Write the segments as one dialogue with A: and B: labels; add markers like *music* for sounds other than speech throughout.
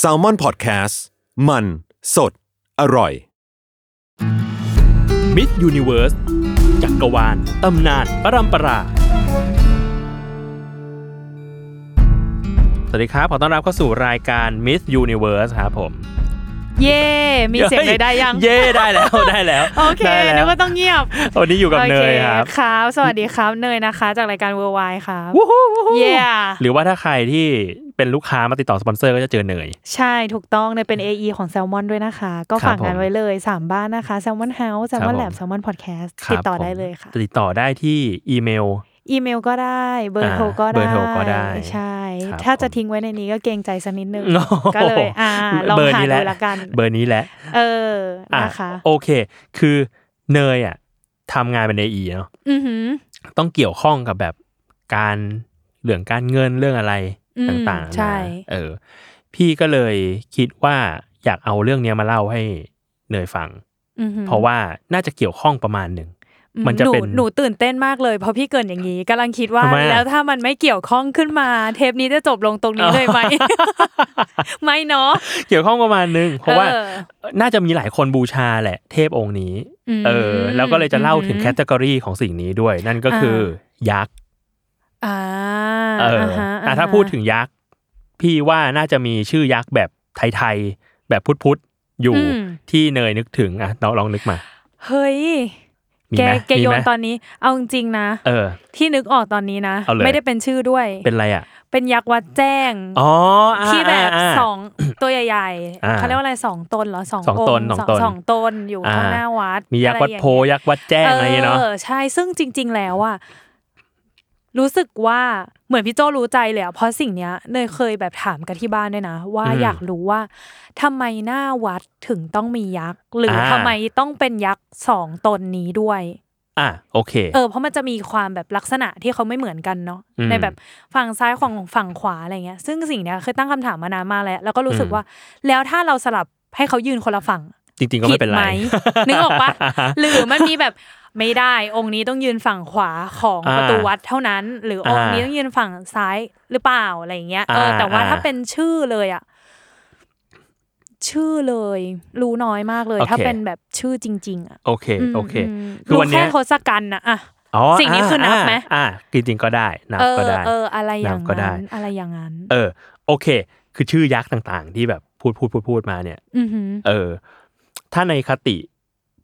A: s a l ม o n PODCAST มันสดอร่อย
B: มิสยูนิเวิร์สจักรวาล ตำนาน ประรำปรา สวัสดีครับ ขอต้อนรับเข้าสู่รายการ Miss Universe ครับผม
C: เย่มีเสียงใดได้ยัง
B: เย้ ได้แล้ว
C: *laughs*
B: ได้แล้ว
C: โอเค
B: ได้
C: นึ
B: แล้
C: ก
B: ว
C: ว่าต้องเงียบ
B: วันนี้อยู่กับเนยครับ
C: โอเคครับ สวัสดีครับ เนยนะคะ จากรายการเวอร์ไวครับ
B: วู้ฮู้วู้ฮู้
C: เย่
B: หรือว่าถ้าใครที่เป็นลูกค้ามาติดต่อสปอนเซอร์ก็จะเจอเนย
C: ใช่ถูกต้องเนยเป็น AE ของแซลมอนด้วยนะคะ
B: ค
C: ก็
B: รับ
C: ฝากงานไว้เลย 3 บ้านนะคะแซลมอนเฮาส์แซลมอน
B: ครับผม
C: แลบแซลมอนพอดแคสต์
B: ครับ
C: ติดต่อได้
B: ผม
C: เลยค่ะ
B: ติดต่อได้ที่อีเมล
C: อีเมลก็ได้เบอร์โทรก็
B: อ่าเบอร์โทรก็ได้
C: ใช่
B: ครับ
C: ถ้าจะ
B: ผม
C: ทิ้งไว้ในนี้ก็เกรงใจสักนิดนึง
B: โอ้โห
C: ก็เลยอ่าลอง
B: เบร์
C: หา
B: นี้แห
C: ดู
B: ละ
C: ละกัน
B: เบอร์นี้แหละ
C: เออ
B: อ่ะ
C: นะคะ
B: โอเค คือเนยอ่ะทำงานเป็นเอเนาะ
C: อือหือ
B: ต้องเกี่ยวข้องกับแบบการเรื่องการเงินเรื่องอะไร
C: อืม
B: ต่างๆนะ
C: ใช่
B: เออ พี่ก็เลยคิดว่าอยากเอาเรื่องเนี้ยมาเล่าให้เนยฟัง
C: อือหือ
B: เพราะว่าน่าจะเกี่ยวข้องประมาณหนึ่ง
C: อื
B: มันจะ
C: ห
B: เป็น
C: หนูตื่นเต้นมากเลยเพราะพี่เกรินอย่างนี้กำลังคิดว่า
B: ทำไมอะ
C: แล้วถ้ามันไม่เกี่ยวข้องขึ้นมา เทปนี้จะจบลงตรงนี้เลยไหม
B: *laughs*
C: ไม่เนาะ
B: เกี่ยวข้องประมาณหนึ่งเพราะว่า
C: ออ
B: น่าจะมีหลายคนบูชาแหละ เทพองค์นี้
C: ม
B: เออ แล้วก็เลยจะเล่าถึงแคต
C: อม
B: ตา o r y ของสิ่งนี้ด้วย นั่นก็
C: อ่า
B: คือยักษ์
C: อ่า
B: เออ
C: ฮ
B: อ่ะ
C: ฮ
B: ถ้าพูดถึงยักษ์ พี่ว่าน่าจะมีชื่อยักษ์แบบไทยๆ แบบพุทธๆ อยู่
C: ม
B: ที่เนยนึกถึงอ่ะเราลองนึกมา
C: เฮ้ย
B: มี
C: แก
B: ไหม
C: แก
B: มี
C: โย
B: ไหม
C: นตอนนี้ เอาจริงๆนะ
B: เออ
C: ที่นึกออกตอนนี้นะ
B: เอาเลย
C: ไม่ได้เป็นชื่อด้วย
B: เป็นอะไรอ่ะ
C: เป็นยักษ์วัดแจ้ง
B: อ๋ออ่า
C: ที่แบบ
B: าา
C: สองตัวใหญ่
B: อ่า
C: ๆเขาเรียกว่าอะไรสองตนเหรอสอง
B: สองตน
C: ค์
B: สองตน
C: สองตนอยู่
B: อ่า
C: ข้างหน้าวัด
B: มียักษ์วัด
C: อะไรอย่าง
B: โพ
C: เงี้ย
B: ยักษ์วัดแจ้งอะไรอย่างเงี้ยเนาะ
C: ออใช่ซึ่งจริง ๆ แล้วอะรู้สึกว่าเหมือนพี่โจรู้ใจเลยอะเพราะสิ่งเนี้ยเนยเคยแบบถามกันที่บ้านด้วยนะ ว่า
B: อืม
C: อยากรู้ว่าทำไมหน้าวัดถึงต้องมียักษ์ หรืออา ทำไมต้องเป็นยักษ์สองตนนี้ด้วย
B: อ่ะโอเค
C: เออเพราะมันจะมีความแบบลักษณะที่เขาไม่เหมือนกันเนาะ
B: อืม
C: ในแบบฝั่งซ้ายของฝั่งขวาอะไรเงี้ย ซึ่งสิ่งเนี้ยเคยตั้งคำถามมานานมากแล้วแล้วก็รู้สึก
B: อืม
C: ว่า แล้วถ้าเราสลับให้เขายืนคนละฝั่ง
B: จริงๆก็ไม่เป็นไร
C: ผิดหมนึกออกปะ
B: *laughs*
C: หรือมันมีแบบไม่ได้องค์นี้ต้องยืนฝั่งขวาของ
B: อ่า
C: ประตูวัดเท่านั้น หรือองค์
B: อ่า
C: นี้ต้องยืนฝั่งซ้ายหรือเปล่าอะไรอย่างเงี้ยเอออา แต่ว่า
B: อ่า
C: ถ้าเป็นชื่อเลยอะชื่อเลย รู้น้อยมากเลย
B: โอเค
C: ถ้าเป็นแบบชื่อจริง ๆอะ
B: โอเค
C: ม
B: โอเค
C: ม
B: คือวันเนี้ย
C: รู้แค่ทศกัณฐ์นะอะ
B: อ๋อ
C: สิ่งนี้คือนับไหม
B: าอ่าจริงๆก็ได้นับ
C: เอ
B: ก็
C: อ
B: ได้
C: เอออะไรอย่าง
B: นำก็ได้
C: นั้นอะไรอย่างนั้น
B: เออ โอเค คือชื่อยักษ์ต่างๆ ที่แบบพูดพูดพูดพูดมาเนี่ย
C: อือหือ
B: เออ ถ้าในคติ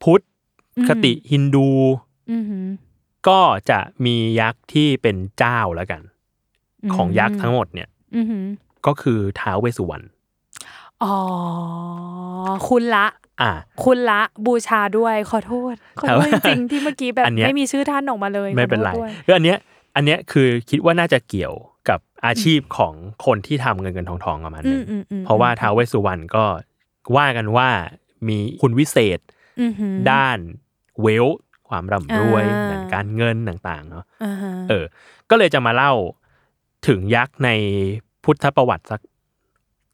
B: พุทธ
C: อืม
B: คติฮินดู
C: อือหือ
B: ก็จะมียักษ์ที่เป็นเจ้าแล้วกัน ของยักษ์ทั้งหมดเนี่ย
C: อือหือ
B: ก็คือท้าวเวสสุวรรณ
C: อ๋อคุณละ
B: อ่า
C: คุณละบูชาด้วยขอโทษขอ
B: แต่
C: โทษ
B: ว่า
C: จริงๆที่เมื่อกี้แบบ
B: อันเนี้ย
C: ไม่มีชื่อท่านออกมาเลย
B: ไม่เป็นไร
C: ขอโทษด้วย
B: แล้วอันเนี้ย อันเนี้ยคือคิดว่าน่าจะเกี่ยวกับอาชีพของคนที่ทำเงินเงินทองทองประมาณนึ
C: อืม
B: ง
C: อืมอืม
B: เพราะว่าท้าวเวสสุวรรณก็ว่ากันว่ามีคุณวิเศษ
C: อือหือ
B: ด้านเวลความร่ำรวย
C: อ่า
B: ด้านการเงินต่างๆเนาะ
C: อ่าฮะ
B: เออ ก็เลยจะมาเล่าถึงยักษ์ในพุทธประวัติสัก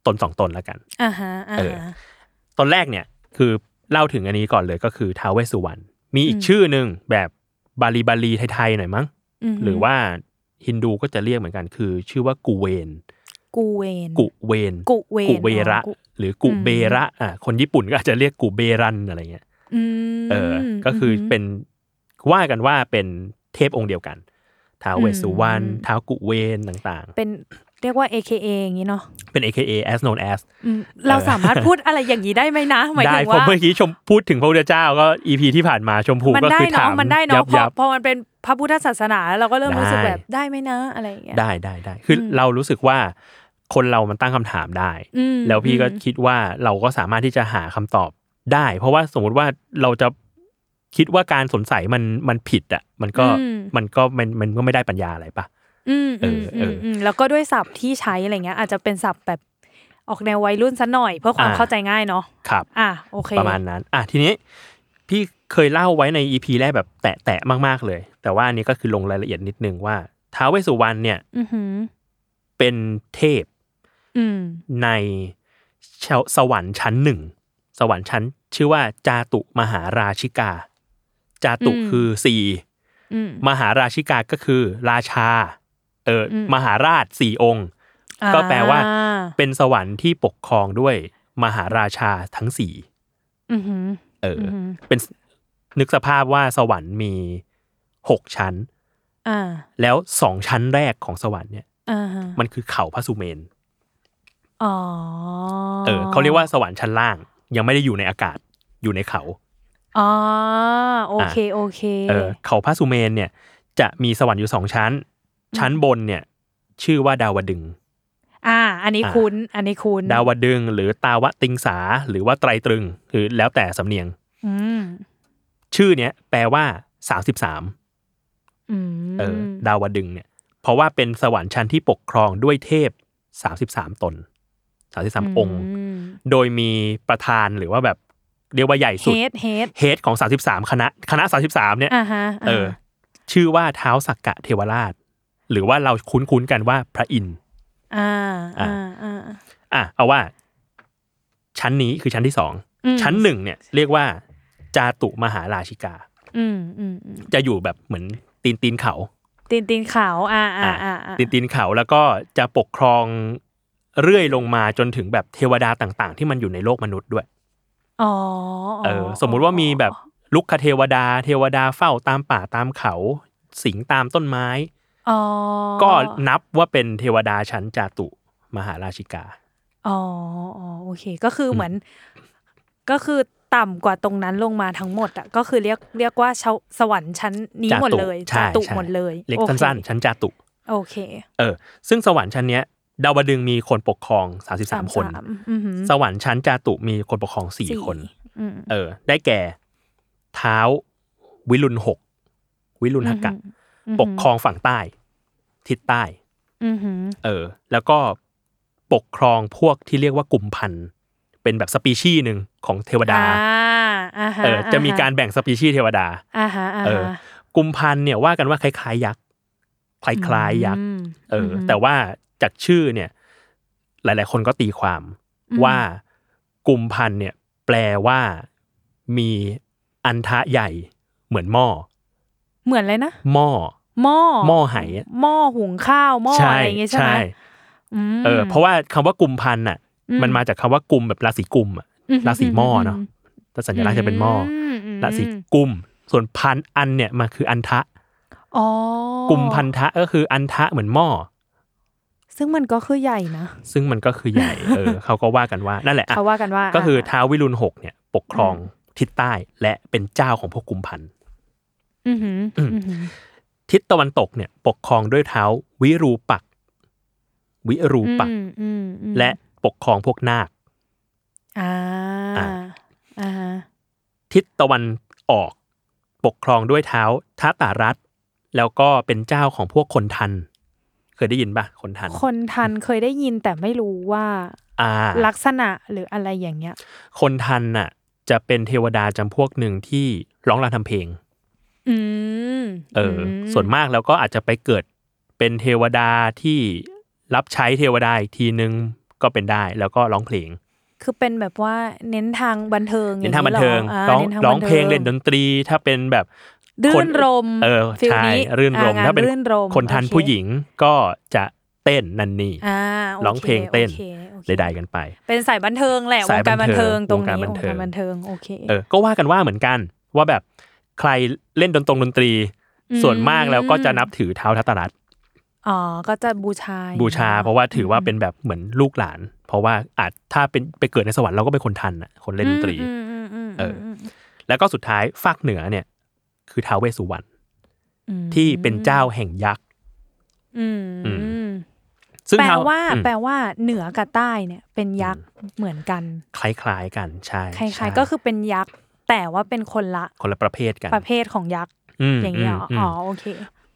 B: ตนสองตนแล้วกัน
C: อ่าฮะอ่า
B: เออ
C: ฮะ
B: ตอนแรกเนี่ยคือเล่าถึงอันนี้ก่อนเลยก็คือท้าวเวสสุวรรณ มีอีก
C: อืม
B: ชื่อหนึ่งแบบบาลีบาลีไทยๆหน่อยมั้ง
C: หื
B: หรือว่าฮินดูก็จะเรียกเหมือนกันคือ ชื่อว่ากูเวน
C: กูเวน
B: กุเวน
C: กุเวน
B: กุเวระ
C: อ๋อกุ
B: หรือกุ
C: อืม
B: เบระอ่าคนญี่ปุ่นก็อาจจะเรียกกุเบรันอะไรเงี้ย
C: อืม
B: เออ ก็คือ
C: หื
B: เป็นว่ากันว่าเป็นเทพองค์เดียวกัน ท้าวเวสสุวรรณ
C: อืม
B: ท้าวกุเวนต่างๆ
C: เป็นเรียกว่า AKA อย่างนี้เนาะ
B: เป็น AKA as known as
C: อืมเราสามารถพูดอะไรอย่างนี้ได้ไหมนะหมาย
B: ได้
C: ถึง
B: ผม
C: ว่า
B: เมื่อกี้ชมพูดถึงพระพุทธเจ้าก็ EP ที่ผ่านมาชมพู
C: มัน
B: ก็
C: ได้
B: คือถา
C: เนาะ
B: ม
C: มันได้
B: ยั
C: เนาะ
B: บ
C: พอ
B: ยับ
C: พอมันเป็นพระพุทธศาสนาเราก็เริ่มรู้สึก
B: ได้
C: แบบได้ไหมนะอะไรอย่างเงี้ย
B: ได้ได้ได้คืออ
C: ม
B: เรารู้สึกว่าคนเรามันตั้งคำถามได้
C: อืม
B: แล้วพี่ก็
C: อืม
B: คิดว่าเราก็สามารถที่จะหาคำตอบได้ เพราะว่าสมมติว่าเราจะคิดว่าการสงสัยมันมันผิดอ่ะมันก็มันก็มันมันก็ไม่ได้ปัญญาอะไรปะ
C: อืมอืม
B: เออเอออื
C: มมแล้วก็ด้วยศัพท์ที่ใช้อะไรเงี้ย อาจจะเป็นศัพท์แบบออกแนววัยรุ่นซะหน่อยเพื่อความ
B: อ่า
C: เข้าใจง่ายเนาะ
B: ครับ
C: อ่ะโอเค
B: ประมาณนั้น อ่ะทีนี้พี่เคยเล่าไว้ในอีพีแรกแบบแตะแตะๆมากๆเลย แต่ว่าอันนี้ก็คือลงรายละเอียดนิดนึงว่าท้าวเวสสุวรรณเนี่ย
C: อือหือ
B: เป็นเทพ
C: อืม
B: ในชาวสวรรค์ชั้นหนึ่ง สวรรค์ชั้นชื่อว่าจาตุมหาราชิกา จาตุคือสี่
C: อืม
B: มหาราชิกาก็คือราชาเอออ
C: ม
B: มหาราชสี่องค์ ก็แปลว่า เป็นสวรรค์ที่ปกครองด้วยมหาราชาทั้งสี่
C: อือหือ
B: เออ
C: อือ
B: อ
C: หือ
B: เป็นนึกสภาพว่าสวรรค์มีหกชั้น
C: อ่า
B: แล้วสองชั้นแรกของสวรรค์เนี่ย
C: อ่าฮะ
B: มันคือเขาพระสุเมน
C: อ๋อ
B: เออเขาเรียกว่าสวรรค์ชั้นล่าง ยังไม่ได้อยู่ในอากาศอยู่ในเขา
C: อ๋อโอเคโอเค
B: เออเขาพระสุเมนเนี่ย จะมีสวรรค์อยู่สองชั้น ชั้นบนเนี่ย ชื่อว่าดาวดึงส์
C: อ่า อันนี้
B: อ่า
C: คุ้น อันนี้คุ้น
B: ดาวดึงส์หรือตาวติงสาหรือว่าไตรตรึงคือแล้วแต่สำเนียง
C: อืม
B: ชื่อเนี้ยแปลว่าสามสิบสาม
C: อืม
B: เอออดาวดึงส์เนี่ย เพราะว่าเป็นสวรรค์ชั้นที่ปกครองด้วยเทพสามสิบสามตนสามสิบสามองค์
C: ม
B: โดยมีประธานหรือว่าแบบเรียกว่าใหญ่
C: เฮ
B: สุด
C: ดเฮด
B: เฮดของสามสิบสามคณะคณะสามสิบสามเนี่ย
C: อ่าฮะ
B: เออ ชื่อว่าเท้าสักกะเทวราช หรือว่าเราคุ้นๆกันว่าพระอินทร์
C: อ่า
B: อ่า
C: อ่าอ่า
B: อ่ะเอาว่า ชั้นนี้คือชั้นที่สอง
C: อืม
B: ชั้นหนึ่งเนี่ย เรียกว่า จาตุมหาราชิกา
C: อืมอืมอืม
B: จะอยู่แบบเหมือนตีนตีนเขา
C: ตีนตีนขาวอ่าอ่าอ่าอ่า
B: ตีนตีนเขาแล้วก็จะปกครองเรื่อยลงมาจนถึงแบบเทวดาต่างๆ ที่มันอยู่ในโลกมนุษย์ด้วย
C: อ๋อ
B: เออ สมมุติว่ามีแบบลุกคเทวดา เทวดาเฝ้าตามป่าตามเขา สิงตามต้นไม้
C: อ๋อ
B: ก็นับว่าเป็นเทวดาชั้นจาตุมหาราชิกา
C: อ๋ออ๋อโอเค ก็คือเหมือน ก็คือต่ำกว่าตรงนั้นลงมาทั้งหมดอ่ะก็คือเรียกเรียกว่าชาวสวรรค์ชั้นนี้
B: จาตุ
C: หมดเลย
B: ใช่
C: จาตุ
B: ใช่
C: หมดเลย
B: เล็ก
C: โอค
B: สั้นๆ ชั้นจาตุ
C: โอเค
B: เออ ซึ่งสวรรค์ชั้นเนี้ย ดาวดึงส์มีคนปกครอง 33 คน
C: อือหือ
B: สวรรค์ชั้นจาตุมีคนปกครอง 4 คน
C: อืม
B: เออ ได้แก่ เท้าวิรุณหก วิรุณหกะ
C: อือหือ
B: ปกครองฝั่งใต้ ทิศใต้
C: อือหือ
B: เออ แล้วก็ปกครองพวกที่เรียกว่ากลุ่มพันธุ์ เป็นแบบสปีชีส์หนึ่งของเทวดา
C: อ่อ่าฮ
B: เออ จะมีการแบ่งสปีชีส์เทวดา
C: อ่าฮะอ่า
B: เออ
C: ฮะ
B: กลุ่มพันธุ์เนี่ยว่ากันว่าคล้ายๆยักษ์ คล้ายๆยักษ
C: อืม
B: เอออ
C: ม
B: แต่ว่าจากชื่อเนี่ย หลาย ๆ คนก็ตีความ
C: อืม
B: ว่ากลุ่มพันธุ์เนี่ย แปลว่ามีอันทะใหญ่เหมือนหม้อ
C: เหมือนเลยนะ
B: หม้อ
C: หม้อ
B: หม้อไหอะ
C: หม้อหุงข้าวหม้ออะไรอย่างเงี้ยใช่ไหมม
B: เออ เพราะว่าคำว่ากลุ่มพันธุ์น่ะ มันมาจากคำว่ากลุ่มแบบราศีกลุ่มอะ
C: อื
B: ราศีหม้อเนาะแต่สัญลักษณ์จะเป็นหม้ออ
C: ม
B: ราศีกลุ่มส่วนพันธุ์อันเนี่ยมันคืออันทะ
C: อ๋อก
B: ลุ่มพันธะก็คืออันทะเหมือนหม้อ
C: ซึ่งมันก็คือใหญ่นะ
B: ซึ่งมันก็คือใหญ่
C: *laughs*
B: เออเขาก็ว่ากันว่านั่นแหละอะ
C: เขาว่ากันว่า
B: ก็คือท้าววิรุณหกเนี่ยปกครองทิศใต้และเป็นเจ้าของพวกกุมพันธ์
C: อือหืออือหือ
B: ทิศตะวันตกเนี่ยปกครองด้วยเท้าววิรูปักษ์วิรูปักษ์
C: อืมอืมอืม
B: และปกครองพวกนาค
C: อ่า
B: อ่า
C: อ่าฮะ
B: ทิศตะวันออก ปกครองด้วยเท้าวท้าตารัฐ แล้วก็เป็นเจ้าของพวกคนทัน เคยได้ยินปะคนทัน
C: คนทันเคยได้ยินแต่ไม่รู้ว่า
B: อ่า
C: ลักษณะหรืออะไรอย่างเงี้ย
B: คนทันน่ะจะเป็นเทวดาจำพวกหนึ่งที่ร้องรำทำเพลง
C: อืม
B: เอออส่วนมากแล้วก็อาจจะไปเกิดเป็นเทวดาที่รับใช้เทวดาอีกทีนึงก็เป็นได้แล้วก็ร้องเพลง
C: คือเป็นแบบว่าเน้นทางบันเทิง
B: เน้นทางบันเทิง
C: อย่า
B: ร้อง
C: นี้ห
B: ร้องเพลงเล่นด
C: น
B: นตรี ถ้าเป็นแบบ
C: รื่
B: คน
C: นรม
B: เออ
C: ฟิล
B: ใช่
C: นี้
B: รื่นรม
C: อ่ง
B: ถ้าเป็น
C: รื่นรม
B: คนทัน
C: โอเ
B: ผู้หญิงก็จะเต้นนันนี่
C: อ่าโค
B: ร้องเพลงเต้น
C: โอคโอเค
B: ใดๆกันไป
C: เป็นสายบันเทิงแหละว
B: สาง ยบั
C: การ
B: น
C: บัน
B: เทิ
C: เทิ
B: ง
C: งตรงนี้
B: ว
C: ว
B: งกา
C: ง
B: รบันเทิง
C: การบันเทิงโอเค
B: เออก็ว่ากันว่าเหมือนกันว่าแบบใครเล่นดนตรงดนตรี ส่วนมากแล้วก็จะนับถือเท้าทัตตรัต
C: อ๋อก็จะบูชา
B: บูชาเพราะว่าถือว่าเป็นแบบเหมือนลูกหลาน เพราะว่าอาจถ้าเป็นไปเกิดในสวรรค์เราก็เป็นคนทันอ่ะคนเล่นดนตรี
C: อืมอืมอืม
B: เออ
C: ม
B: แล้วก็สุดท้ายฝากเหนือเนี่ยคือท้าวเวสสุวรรณ
C: อืม
B: ที่เป็นเจ้าแห่งยักษ์
C: อืม
B: อื ซึ่ง
C: แปล
B: ท้
C: ว่า
B: อืม
C: แปลว่าเหนือกับใต้เนี่ยเป็นยักษ์เหมือนกัน
B: คล้ายๆกันใช่
C: คล้ายๆ
B: ใช่
C: ก็คือเป็นยักษ์แต่ว่าเป็นคนละ
B: คนละประเภทกัน
C: ประเภทของยักษ์
B: ม
C: อย่างเงี้ย
B: ม
C: เหรอ
B: ม
C: อ๋อโอเค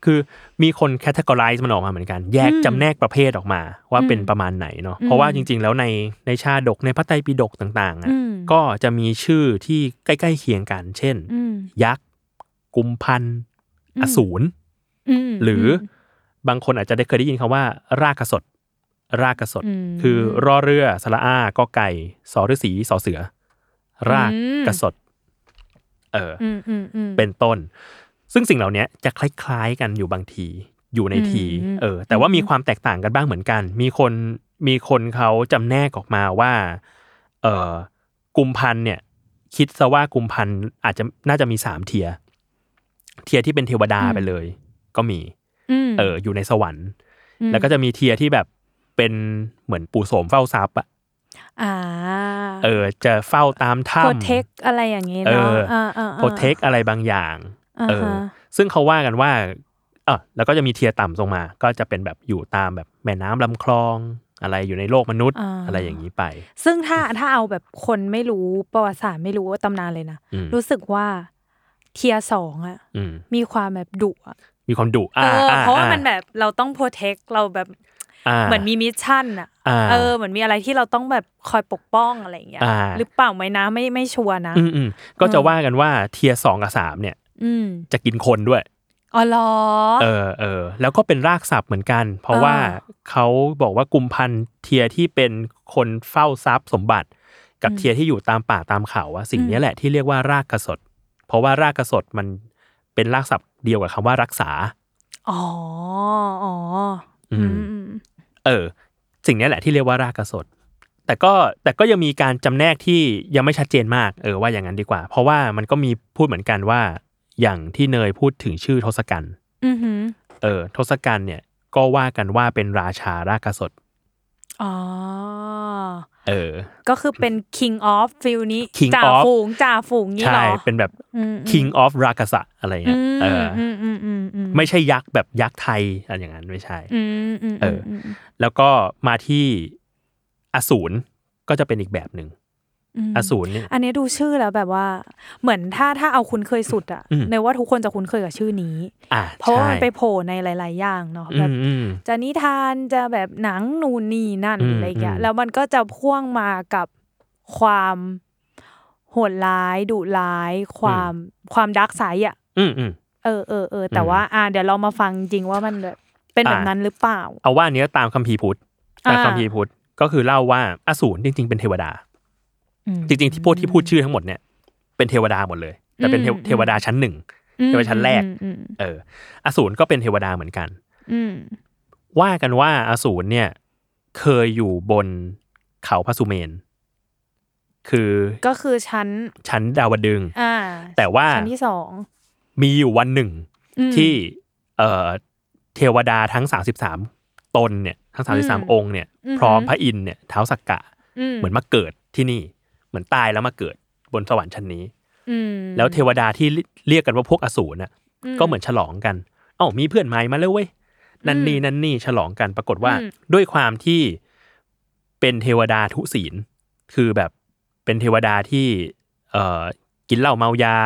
B: คือมีคนแคตตากรายมันออกมาเหมือนกัน แยก
C: อืม
B: จำแนกประเภทออกมาว่าเป็น
C: อืม
B: ประมาณไหนเนาะ
C: อืม
B: เพราะว่าจริง ๆ แล้วในในชาดกในพระไตรปิฎกต่างๆอ่ะ
C: อืม
B: ก็จะมีชื่อที่ใกล้ๆเคียงกัน เช่น
C: อืม
B: ยักษ์กุมพันธ์
C: อืม
B: อสูร
C: ม
B: หรืออบางคนอาจจะได้เคยได้ยินคำว่า รากสด รากสด
C: ม
B: คือร่อเรือสระอากอไก่สอฤาษีสอเสือ ราก
C: อืม
B: กสดเอออ
C: อืมอืมอืม
B: เป็นต้น ซึ่งสิ่งเหล่านี้จะคล้ายๆกันอยู่บางที อยู่ในที
C: อืม
B: เออ แต่ว่า
C: อืม
B: มีความแตกต่างกันบ้างเหมือนกัน มีคนมีคนเขาจำแนกออกมาว่า เออกุมพันธ์เนี่ย คิดซะว่ากุมพันธ์อาจจะน่าจะมีสามเทียร์เทียร์ที่เป็นเทวดาไปเลย ก็มี
C: ม
B: เออ อยู่ในสวรรค์
C: ม
B: แล้วก็จะมีเทียร์ที่แบบเป็นเหมือนปู่โสมเฝ้าทรัพย์อะ
C: อ่า
B: เออ จะเฝ้าตามถ้ำ
C: โปรเทคอะไรอย่างงี้เนาะ
B: เออ
C: อ่าอ่า
B: โปรเทคอะไรบางอย่าง
C: า
B: เออ
C: ฮะ
B: ซึ่งเขาว่ากันว่าเออแล้วก็จะมีเทียร์ต่ำลงมา ก็จะเป็นแบบอยู่ตามแบบแม่น้ำลำคลอง อะไรอยู่ในโลกมนุษย์
C: า
B: อะไรอย่างนี้ไป
C: ซึ่งถ้าถ้าเอาแบบคนไม่รู้ประวัติศาสตร์ไม่รู้ตำนานเลยนะ
B: อืม
C: รู้สึกว่าเทียร์สองอะ
B: อืม
C: มีความแบบดุอะ
B: มีความดุ
C: เอ
B: อ่า
C: อ
B: อ่
C: เพราะว่ามันแบบเราต้องโปรเทคเราแบบ
B: า
C: เหมือนมีมิชชั่นอะ
B: อ่า
C: เออเหมือนมีอะไรที่เราต้องแบบคอยปกป้องอะไรอย่างเงี้ย
B: อ่า
C: หรือเปล่าไหมนะไม่ไม่ชัวร์นะ
B: อืมอืมก็จะว่ากันว่าเทียร์สองกับสามเนี่ย
C: อืม
B: จะกินคนด้วย
C: อ๋อเหรอ
B: เออเออแล้วก็เป็นรากศัพท์เหมือนกัน เพราะว่า
C: อ่า
B: เขาบอกว่ากุมพันเทียที่เป็นคนเฝ้าทรัพย์สมบัติ กับ
C: อืม
B: เทียที่อยู่ตามป่าตามเขาอะสิ่ง
C: อืม
B: เนี้ยแหละที่เรียกว่ารากกสดเพราะว่ารากกสดมันเป็นรากศัพท์เดียวกับคำว่ารักษา
C: อ๋ออ๋อ
B: อื
C: อื
B: ม
C: มอืม
B: เออ สิ่งเนี้ยแหละที่เรียกว่ารากกสดแต่ก็แต่ก็ยังมีการจำแนกที่ยังไม่ชัดเจนมาก เออว่าอย่างนั้นดีกว่า เพราะว่ามันก็มีพูดเหมือนกันว่า อย่างที่เนยพูดถึงชื่อทศกัณฐ์
C: อือหือ
B: เออทศกัณฐ์เนี่ยก็ว่ากันว่าเป็นราชารากสด
C: อ๋อ
B: เออ
C: ก็คือเป็น king of ฟิลนี้
B: King
C: จ่า
B: of
C: ฝูงจ่าฝูงนี่
B: ใช่
C: เหรอ
B: เป็นแบบ
C: อืมอืม
B: king of รากสะอะไรเงี้ยเอออ
C: มอืมอืมอืม
B: ไม่ใช่ยักษ์แบบยักษ์ไทยอะไรอย่างนั้นไม่ใช่
C: อืมอืม
B: เออ แล้วก็มาที่อสูรก็จะเป็นอีกแบบหนึ่ง
C: ม
B: อสูรเนี่ย
C: อันนี้ดูชื่อแล้วแบบว่า เหมือนถ้าถ้าเอาคุ้นเคยสุดอะ
B: อืม
C: เนยว่าทุกคนจะคุ้นเคยกับชื่อนี้
B: อ่ะ
C: เพราะว่ามัน
B: ใช่
C: ไปโผล่ในหลาย ๆ อย่างเนาะ
B: อื
C: แบบ
B: มอืม
C: จะนิทานจะแบบหนังนูนนี่นั่น
B: อืม
C: อะไรเงี้ย
B: อืม
C: แล้วมันก็จะพ่วงมากับความโหดร้ายดุร้าย ความความดักไซด์อ่ะ
B: อืมอืม
C: เออเออเออแต่
B: อืม
C: ว่าอ่าเดี๋ยวเรามาฟังจริงว่ามันแบบเป็นแบบ
B: อ่ะ
C: นั้นหรือเปล่า
B: เอาว่าอันเนี้ยตามคัมภีร์พุทธตาม
C: อ่า
B: คัมภีร์พุทธก็คือเล่าว่าอสูรจริง ๆ เป็นเทวดา
C: อืม
B: จริง ๆ ที่พวกที่พูดชื่อทั้งหมดเนี่ยเป็นเทวดาหมดเลย แต่เป็นเทว
C: อืม
B: เทวดาชั้นหนึ่ง เยาวชนแรก
C: อืม
B: เอออสูรก็เป็นเทวดาเหมือนกัน
C: อืม
B: ว่ากันว่าอสูรเนี่ยเคยอยู่บนเขาพระสุเมน คือ
C: ก็คือชั้น
B: ชั้นดาวดึงส์
C: อ่า
B: แต่ว่า
C: ชั้นที่สอง
B: มีอยู่วันหนึ่ง
C: อืม
B: ที่เอ่อเทวดาทั้ง 33 ตนเนี่ยทั้ง
C: อืม
B: 33 องค์เนี่ย
C: อือหือ
B: พร้อมพระอินทร์เนี่ยเท้าวสักกะ
C: ม
B: เหมือนมาเกิดที่นี่ เหมือนตายแล้วมาเกิดบนสวรรค์ชั้นนี้
C: อืม
B: แล้วเทวดาที่เรียกกันว่าพวกอสูรน่ะ ก็เหมือนฉลองกัน เอ้ามีเพื่อนใหม่มาแล้วเว้ย นั่นนี่นั่นนี่ฉลองกัน ปรากฏว่าด้วยความที่เป็นเทวดาทุศีล คือแบบเป็นเทวดาที่เอ่อกินเหล้าเมายา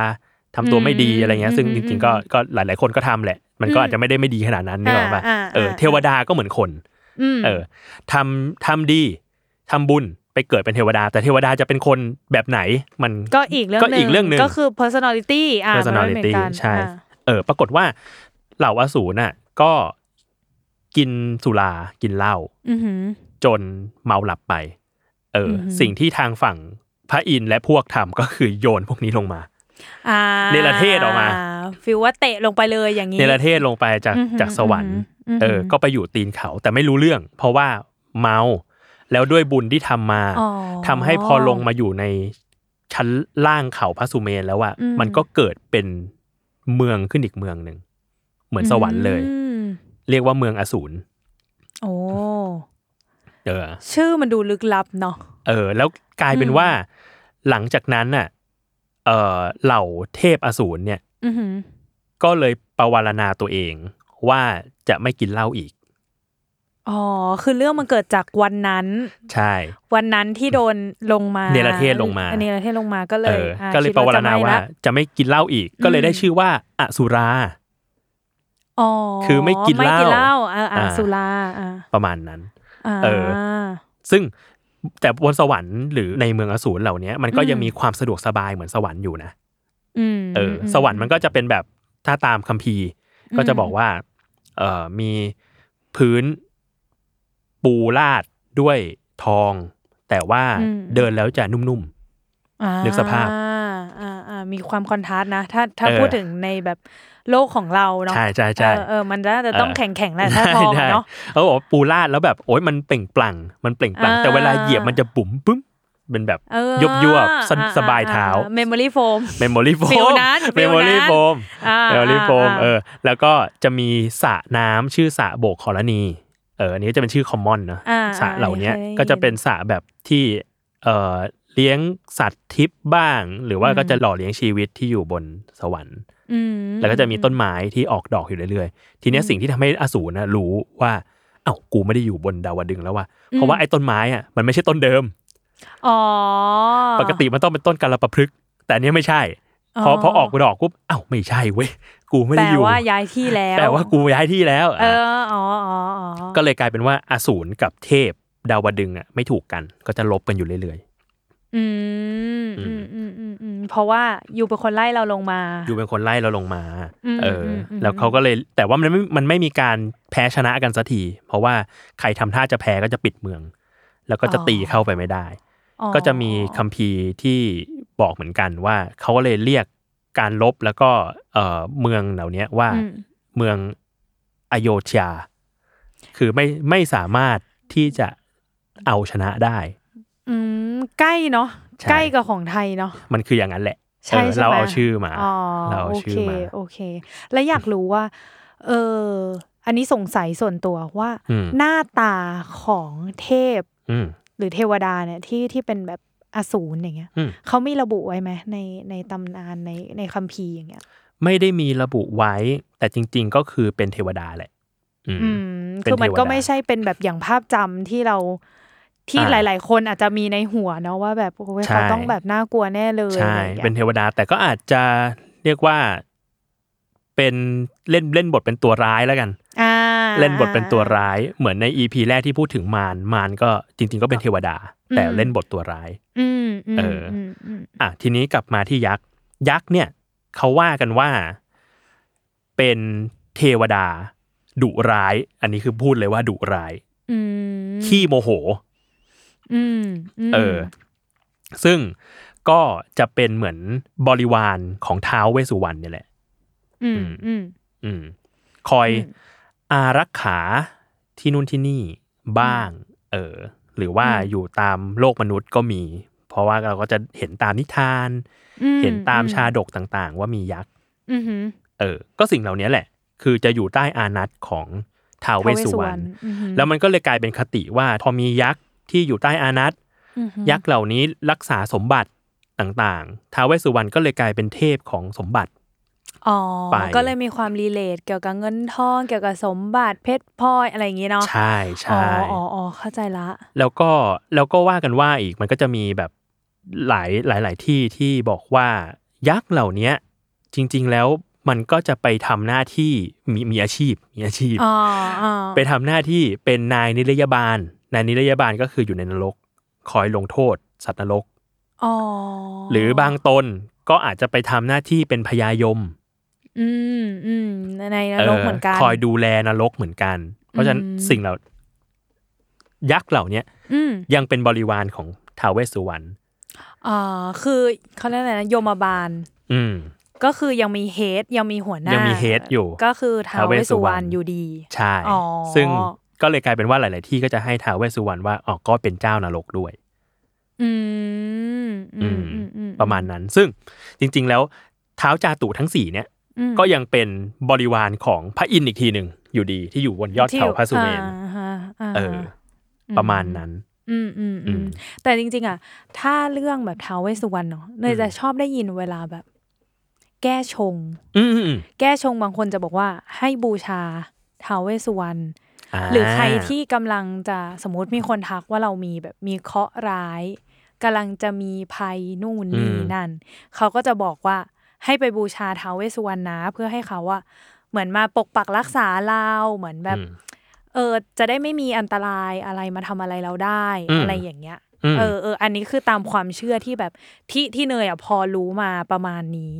B: ทำตัวไม่ดีอะไรเงี้ย ซึ่งจริงๆก็ก็หลาย ๆ คนก็ทำแหละ มันก็อาจจะไม่ได้ไม่ดีขนาดนั้นนี่หรอกป่ะเออ เทวดาก็เหมือนคน
C: ม
B: เออทำทำดีทำบุญไปเกิดเป็นเทวดา แต่เทวดาจะเป็นคนแบบไหนมัน
C: ก็อีกเรื่อง
B: ก็อีกเรื่องหนึ่ง
C: ก็คือ personality อ่า
B: personality ใช่
C: อ่า
B: เออปรากฏว่าเหล่าอสูรน่ะก็กินสุรากินเหล้า
C: อือหือ
B: จนเมาหลับไป เอออ
C: อหือ
B: สิ่งที่ทางฝั่งพระอินทร์และพวกทำก็คือโยนพวกนี้ลงมา
C: อ่า
B: เนรเทศออกมา
C: ฟิลว่าเตะลงไปเลยอย่างนี้
B: เนรเทศลงไปจาก
C: อือหือ
B: จากสวรรค์
C: หื
B: เออก็ไปอยู่ตีนเขาแต่ไม่รู้เรื่อง เพราะว่าเมาแล้วด้วยบุญที่ทำมา
C: อ๋อ
B: ทำให้พอลงมาอยู่ในชั้นล่างเขาพระสุเมนแล้วอะ
C: อืม
B: มันก็เกิดเป็นเมืองขึ้นอีกเมืองหนึ่งเหมือนสวรรค์เลย
C: อืม
B: เรียกว่าเมืองอสูร
C: โอ้
B: เออ
C: ชื่อมันดูลึกลับเนาะ
B: เออ แล้วกลายเป็น
C: อืม
B: ว่า หลังจากนั้นน่ะ เออเหล่าเทพอสูรเนี่ย
C: อือหือ
B: ก็เลยประวารณาตัวเองว่าจะไม่กินเหล้าอีก
C: อ๋อคือเรื่องมันเกิดจากวันนั้น
B: ใช่
C: วันนั้นที่โดนลงมา
B: เนรเทศลงมา
C: เนรเทศลงมาก็เล
B: เอย อ
C: อ่
B: ก็เลย
C: คิด
B: ประวารณา
C: จะไม่
B: ว่า
C: ละ
B: จะไม่กินเหล้าอีก ก็เลย
C: อืม
B: ได้ชื่อว่าอสุรา
C: อ๋อ
B: คือไม่กินเหล้า
C: ไม่กินเหล้าเอออ่ะ
B: อ่า
C: สุราอ่ะ
B: ประมาณนั้น
C: อ่า
B: เออ ซึ่งแต่บนสวรรค์หรือในเมืองอสูรเหล่าเนี้ยมันก็
C: อืม
B: ยังมีความสะดวกสบายเหมือนสวรรค์อยู่นะ
C: ม
B: เอออสวรรค์มันก็จะเป็นแบบถ้าตามคัมภีร์ ก็จะบอกว่า เออมีพื้นปูลาดด้วยทอง แต่ว่าเดินแล้วจะนุ่ม
C: อ่า
B: นึกสภาพ
C: อ่าอ่ามีความคอนทราสต์นะ ถ้าถ้า
B: เออ
C: พูดถึงในแบบ โลกของเราเนาะ
B: ใช่ใช่ใช่
C: เออเออมันน่าจะต้อง
B: เออ
C: แข็งแข็งๆแหละ
B: *laughs*
C: ถ้าทองอะเนาะ
B: เขาบอกว่าปูลาดแล้วแบบโอ้ยมันเปล่งปลั่งมันเปล่งปลั่ง
C: อ่า
B: แต่เวลาเหยียบมันจะบุ๋มปึ้มเป็นแบบ
C: เออ
B: ยุบยวบสบสบายเท้า
C: เมมโมรี่โฟม
B: เมมโมรี่โฟ
C: ฟิล
B: ม
C: นั้น
B: เมมโมรี่
C: ฟิลนั้น
B: โฟมเมมโมรี่โฟมเออแล้วก็จะมีสระน้ำชื่อสระโบกคอรณีเอออันนี้ก็จะเป็นชื่อคอมมอนเนอะ
C: อ่า
B: สระเหล่าเนี้ย
C: อ่าคย
B: ก็จะเป็นสระแบบที่เออเลี้ยงสัตว์ทิพย์บ้าง หรือว่าก็จะหล่อเลี้ยงชีวิตที่อยู่บนสวรรค์
C: อืม
B: แล้วก็จะมีต้นไม้ที่ออกดอกอยู่เรื่อยๆ ทีเนี้ย
C: อืม
B: สิ่งที่ทำให้อสูรนะรู้ว่า เอ้า กูไม่ได้อยู่บนดาวดึงส์แล้วว่ะ เพราะว่า
C: อืม
B: ไอ้ต้นไม้อ่ะมันไม่ใช่ต้นเดิม
C: อ๋อ
B: ปกติมันต้องเป็นต้นกาลปะพฤกษ์แต่อันเนี้ยไม่ใช่ พอพอออกดอกปุ๊บ เอ้า ไม่ใช่เว้ย กูไม่
C: แป
B: ได้
C: ล
B: อยู่
C: ว่าย้ายที่แล้ว
B: แปลว่ากูย้ายที่แล้ว
C: เอ
B: อ่ะ
C: ออ๋ออ๋ออ๋อ
B: ก็เลยกลายเป็นว่าอสูรกับเทพดาวดึงส์อ่ะไม่ถูกกัน ก็จะลบกันอยู่เรื่อย
C: อืมอืมอืมอืมอืมเพราะว่าอยู่เป็นคนไล่เราลงมา
B: *laughs* ๆ อยู่เป็นคนไล่เราลงมา
C: อืม
B: เอออ
C: มอืม
B: แล้วเขาก็เลย แต่ว่ามันไม่ มันไม่มีการแพ้ชนะกันสักที เพราะว่าใครทำท่าจะแพ้ก็จะปิดเมือง แล้วก็จะตีเข้าไปไม่ได้
C: อ๋อ
B: ก็จะมีคัมภีร์ที่บอกเหมือนกันว่าเขาก็เลยเรียกการลบแล้วก็เอ่อเมืองเหล่าเนี้ยว่า
C: อืม
B: เมืองอโยธยา คือไม่ไม่สามารถที่จะเอาชนะได้
C: อืมใกล้เนาะ
B: ใช่
C: ใกล้กับของไทยเนาะ
B: มันคืออย่างนั้นแหละ
C: ใช่
B: เออ
C: ใช่ไหม
B: เราเอาชื่อมา
C: อ๋อ
B: เราเอา
C: โอ
B: ชื่
C: เค
B: อมา
C: โอเค แล้วอยากรู้ว่า เอออันนี้สงสัยส่วนตัวว่า
B: อืม
C: หน้าตาของเทพ
B: อืม
C: หรือเทวดาเนี่ยที่ที่เป็นแบบอสูรอย่างเงี้ย
B: อืม
C: เขามีระบุไว้ไหมในในตำนานในในคัมภีร์อย่างเงี้ย
B: ไม่ได้มีระบุไว้ แต่จริง ๆ ก็คือเป็นเทวดาแหละ อืม
C: อืม
B: เป็น
C: คือมัน
B: เทวดา
C: ก็ไม่ใช่เป็นแบบอย่างภาพจำที่เราที่
B: อ่า
C: หลาย ๆ คนอาจจะมีในหัวเนาะว่าแบบโอ้ย
B: ใช่
C: เขาต้องแบบน่ากลัวแน่เลย
B: ใช่
C: อะไรอย่างงี้ย
B: เป็นเทวดาแต่ก็อาจจะเรียกว่า เป็นเล่นเล่นบทเป็นตัวร้ายแล้วกัน
C: อ่า
B: เล่นบทเป็นตัวร้ายเหมือนในอีพีแรกที่พูดถึงมารมารก็จริง ๆ ก็เป็นเทวดา แต่เล่นบทตัวร้าย
C: อืมอืม
B: เอออื
C: มอืม
B: อ่ะทีนี้กลับมาที่ยักษ์ยักษ์เนี่ยเขาว่ากันว่า เป็นเทวดา ดุร้าย อันนี้คือพูดเลยว่าดุร้าย
C: อืม
B: ขี้โมโห
C: อืมม
B: เออ ซึ่งก็จะเป็นเหมือนบริวารของท้าวเวสสุวรรณเนี่ยแหละ
C: อืมอืม
B: อืมคอย
C: อืม
B: อารักขาที่นู่นที่นี่บ้าง เออ หรือว่า
C: อืม
B: อยู่ตามโลกมนุษย์ก็มี เพราะว่าเราก็จะเห็นตามนิทาน
C: อื
B: เห็นตามชา
C: อ
B: ดกต่างๆ ว่ามียักษ์
C: อือหือ
B: เออ ก็สิ่งเหล่านี้แหละ คือจะอยู่ใต้อานัตของท้าวเวสสุวรรณ
C: อือหือ
B: แล้วมันก็เลยกลายเป็นคติว่า พอมียักษ์ที่อยู่ใต้อานัต
C: อือหือ
B: ยักษ์เหล่านี้รักษาสมบัติต่างๆ ท้าวเวสสุวรรณก็เลยกลายเป็นเทพของสมบัติ
C: อ๋อ
B: ไป
C: ก็เลยมีความรีเลทเกี่ยวกับเงินทองเกี่ยวกับสมบัติเพชรพลอยอะไรอย่างงี้เนาะ
B: ใช่ใช่
C: อ๋ออ๋ออ๋อเข้าใจละ
B: แล้วก็แล้วก็ว่ากันว่าอีกมันก็จะมีแบบหลายหลายหลายที่ที่บอกว่ายักษ์เหล่าเนี้ยจริง ๆ แล้วมันก็จะไปทำหน้าที่มีมีอาชีพมีอาชีพ
C: อ๋ออ๋อ
B: ไปทำหน้าที่เป็นนายนิรยาบาลนายนิรยาบาลก็คืออยู่ในนรก คอยลงโทษ สัตว์นรก
C: อ๋อ
B: หรือบางตนก็อาจจะไปทำหน้าที่เป็นพยายม
C: อืมอืมในนรกเหมือนกัน
B: คอยดูแลนรกเหมือนกัน เพราะฉะนั้น
C: อืม
B: สิ่งเหล่ายักษ์เหล่าเนี้ย
C: อืม
B: ยังเป็นบริวารของท้าวเวสสุวรรณ
C: อ่าคือเขาเรียกอะไรนะโยมบาล
B: อืม
C: ก็คือยังมีเฮดยังมีหัวหน้า
B: ยั
C: ยัง
B: มี head อยู่
C: ก็คือท้าวเวส
B: ท้าวเวส
C: สุวรรณ
B: สุวรรณ
C: อยู่ดี
B: ใช่
C: อ๋อ
B: ซึ่งก็เลยกลายเป็นว่าหลาย ๆ ที่ก็จะให้ท้าวเวสสุวรรณว่าอ๋อก็เป็นเจ้านรกด้วย
C: อืมอืมอืมอื
B: ประมาณนั้น ซึ่งจริง ๆ แล้วเท้าวจาตุทั้งสี่เนี่ย
C: อืม
B: ก็ยังเป็นบริวารของพระอินทร์อีกทีหนึ่งอยู่ดีที่อยู่บนยอด
C: ที่
B: เขาพระสุเมน
C: อ่าฮะาฮะ
B: เออ ประมาณนั้น
C: อืมอืมอื
B: อื
C: ม
B: ม
C: แต่จริง ๆ อ่ะ ถ้าเรื่องแบบท้าวเวสสุวรรณเนาะเนย
B: อืม
C: จะชอบได้ยินเวลาแบบ แก้ชง
B: อืมอืมอืม
C: แก้ชงบางคนจะบอกว่าให้บูชาท้าวเวสสุวรรณ
B: า
C: หรือใครที่กำลังจะสมมติมีคนทักว่าเรามีแบบมีเคราะห์ร้ายกำลังจะมีภัยนู่นนี่นั่น เขาก็จะบอกว่าให้ไปบูชาท้าวเวสสุวรรณนะเพื่อให้เขาว่าเหมือนมาปกปักรักษาเราเหมือนแบบ
B: อืม
C: เออจะได้ไม่มีอันตรายอะไรมาทำอะไรเราได้
B: อืม
C: อะไรอย่างเงี้ย
B: ม
C: เออเอออันนี้คือตามความเชื่อที่แบบที่ที่เนยอ่ะพอรู้มาประมาณนี้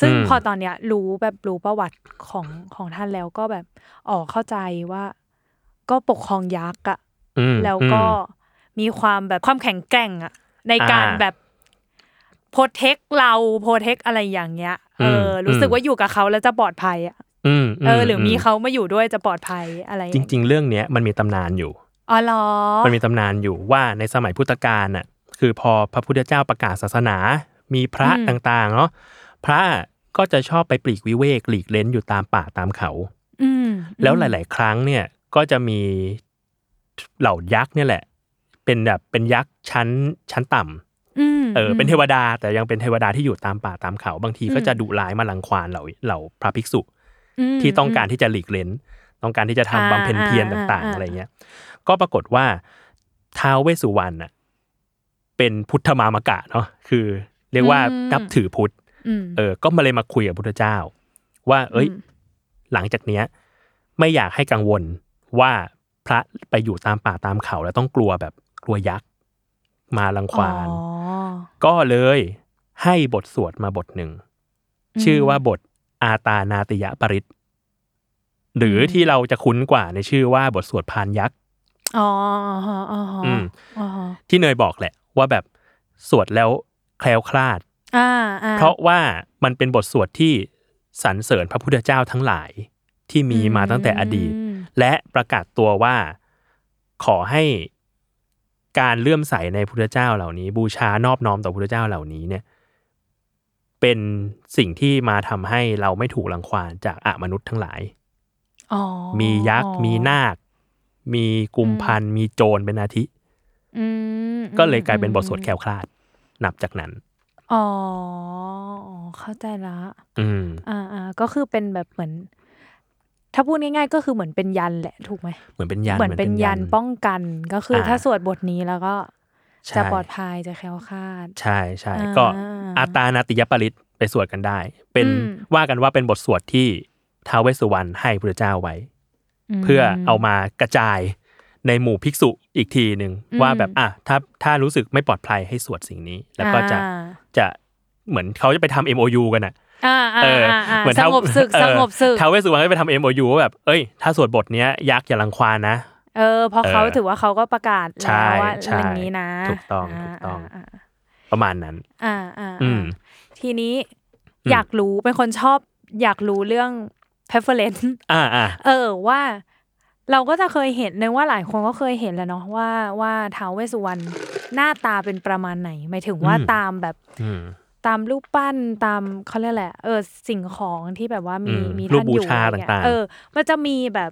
C: ซึ่ง
B: อืม
C: พอตอนเนี้ยรู้แบบรู้ประวัติของของท่านแล้วก็แบบอ๋อเข้าใจว่า ก็ปกครองยักษ์อะ
B: อืม
C: แล้วก็
B: อืม
C: มีความแบบความแข็งแกร่งอะในการ
B: อ่า
C: แบบโปรเทคเราโปรเทคอะไรอย่างเงี้ย เอออ
B: ม
C: รู้สึก
B: อืม
C: ว่าอยู่กับเขาแล้วจะปลอดภัยอ่ะ
B: อืม
C: เอออหรือมี
B: ม
C: เขามาอยู่ด้วยจะปลอดภัยอะไรอย่า
B: จ
C: เย
B: ริง ๆ เรื่องเนี้ยมันมีตำนานอยู่
C: อ๋อเหรอ
B: มันมีตำนานอยู่ว่าในสมัยพุทธกาลน่ะคือพอพระพุทธเจ้าประกาศศาสนา มีพระต่างๆเนาะพระก็จะชอบไปปลีกวิเวกหลีกเล้นอยู่ตามป่าตามเขา
C: อืมอืม
B: แล้วหลาย ๆ ครั้งเนี่ยก็จะมีเหล่ายักษ์เนี่ยแหละ เป็นแบบเป็นยักษ์ชั้นชั้นต่ำ
C: อืม
B: เอออ
C: ม
B: เป็นเทวดาแต่ยังเป็นเทวดาที่อยู่ตามป่าตามเขา บางทีก็
C: อืม
B: จะดุร้ายมาลังควานเหล่าเหล่าพระภิกษุ
C: ม
B: ที่ต้องการที่จะหลีกเล้น ต้องการที่จะทำ
C: อ่า
B: บำเพ็ญเพียร
C: อ่า
B: ต่างๆ
C: อ่า
B: อะไรเงี้ย ก็ปรากฏว่าท้าวเวสสุวรรณน่ะเป็นพุทธมามกะเนาะคือ เรียกว่านับถือพุทธ
C: อืม
B: เออ ก็มาเลยมาคุยกับพุทธเจ้า ว่า เอ้ย
C: อืม
B: หลังจากเนี้ย ไม่อยากให้กังวลว่าพระไปอยู่ตามป่าตามเขาแล้วต้องกลัวแบบกลัวยักษ์มาลังควาน
C: อ๋อ
B: ก็เลยให้บทสวดมาบทหนึ่ง
C: อืม
B: ชื่อว่าบทอาตานาติยปริตหรืออ
C: ม
B: ที่เราจะคุ้นกว่าในชื่อว่าบทสวดพานยักษ์
C: อ๋ออ๋ออ๋อ
B: อืม
C: อ๋อ
B: ที่เนยบอกแหละ ว่าแบบสวดแล้วแคล้วคลาด
C: อ่าอ่า
B: เพราะว่ามันเป็นบทสวดที่สรรเสริญพระพุทธเจ้าทั้งหลายที่มีมาตั้งแต่อดีต
C: อืม
B: และประกาศตัวว่าขอให้การเลื่อมใสในพุทธเจ้าเหล่านี้ บูชานอบน้อมต่อพุทธเจ้าเหล่านี้เนี่ย เป็นสิ่งที่มาทำให้เราไม่ถูกรังควานจากอมนุษย์ทั้งหลาย
C: อ๋อ
B: มียักษ์
C: อ๋อ
B: มีนาค มีกุมพันธ์มีโจรเป็นอาทิ
C: อืม
B: ก็เลยกลายเป็น
C: อืม
B: บทสวดแคล้วคลาด นับจากนั้น
C: อ๋ออ๋อ เข้าใจละ
B: อืม
C: อ่าอ่าก็คือเป็นแบบเหมือน ถ้าพูดง่ายๆ ก็คือเหมือนเป็นยันแหละถูกไหม
B: เหมือนเป็นยัน
C: เหมือนเป็นยันป้องกันก็คืออา ถ้าสวดบทนี้แล้วก็
B: ใช่
C: จะปลอดภัยจะแคล้วคลาด
B: ใช่ใช่
C: อ่า
B: ก็อาตานาติยปริตไปสวดกันได้ เป็น
C: อืม
B: ว่ากันว่าเป็นบทสวดที่ท้าวเวสสุวรรณให้พระเจ้าไว้
C: ม
B: เพื่อเอามากระจายในหมู่ภิกษุอีกทีหนึ่ง
C: อืม
B: ว่าแบบอ่ะถ้าถ้ารู้สึกไม่ปลอดภัยให้สวดสิ่งนี้ แล้วก็จะ
C: อ่า
B: จะเหมือนเขาจะไปทำ MOU กันอ่ะ
C: อ่า
B: เออ
C: อ่าา
B: เหมือน
C: ส
B: ท้าว
C: งบศึก
B: เออ
C: สงบศึก
B: ท้าวเวสสุวรรณก็ไปทำ MOU ว่าแบบเอ้ยถ้าสวดบทเนี้ยยักษ์อย่ารังควานนะ
C: เออเพราะ
B: เออ
C: เขาถือว่าเขาก็ประกาศ
B: ใช่
C: แล้วว่า
B: ใช่
C: อย่างนี้นะ
B: ถูกต้องถูกต้อง
C: อ่า
B: ประมาณนั้น
C: อ่าอ่า
B: อืม
C: ทีนี้
B: อืม
C: อยากรู้เป็นคนชอบอยากรู้เรื่อง preference
B: อ่าอ่า
C: *laughs* เออว่าเราก็จะเคยเห็นนึกว่าหลายคนก็เคยเห็นแหล้วเนาะว่าว่าท้าวเวสสุวรรณหน้าตาเป็นประมาณไหนหมายถึงว่าตามแบบ
B: อืม
C: ตามรูปปั้นตามเขาเรียกแหละไรเออสิ่งของที่แบบว่ามี
B: อืม
C: มี
B: รูป
C: ท่านอยู่
B: บูชา
C: อะไรเงี้ย
B: ต่างๆ
C: เออ มันจะมีแบบ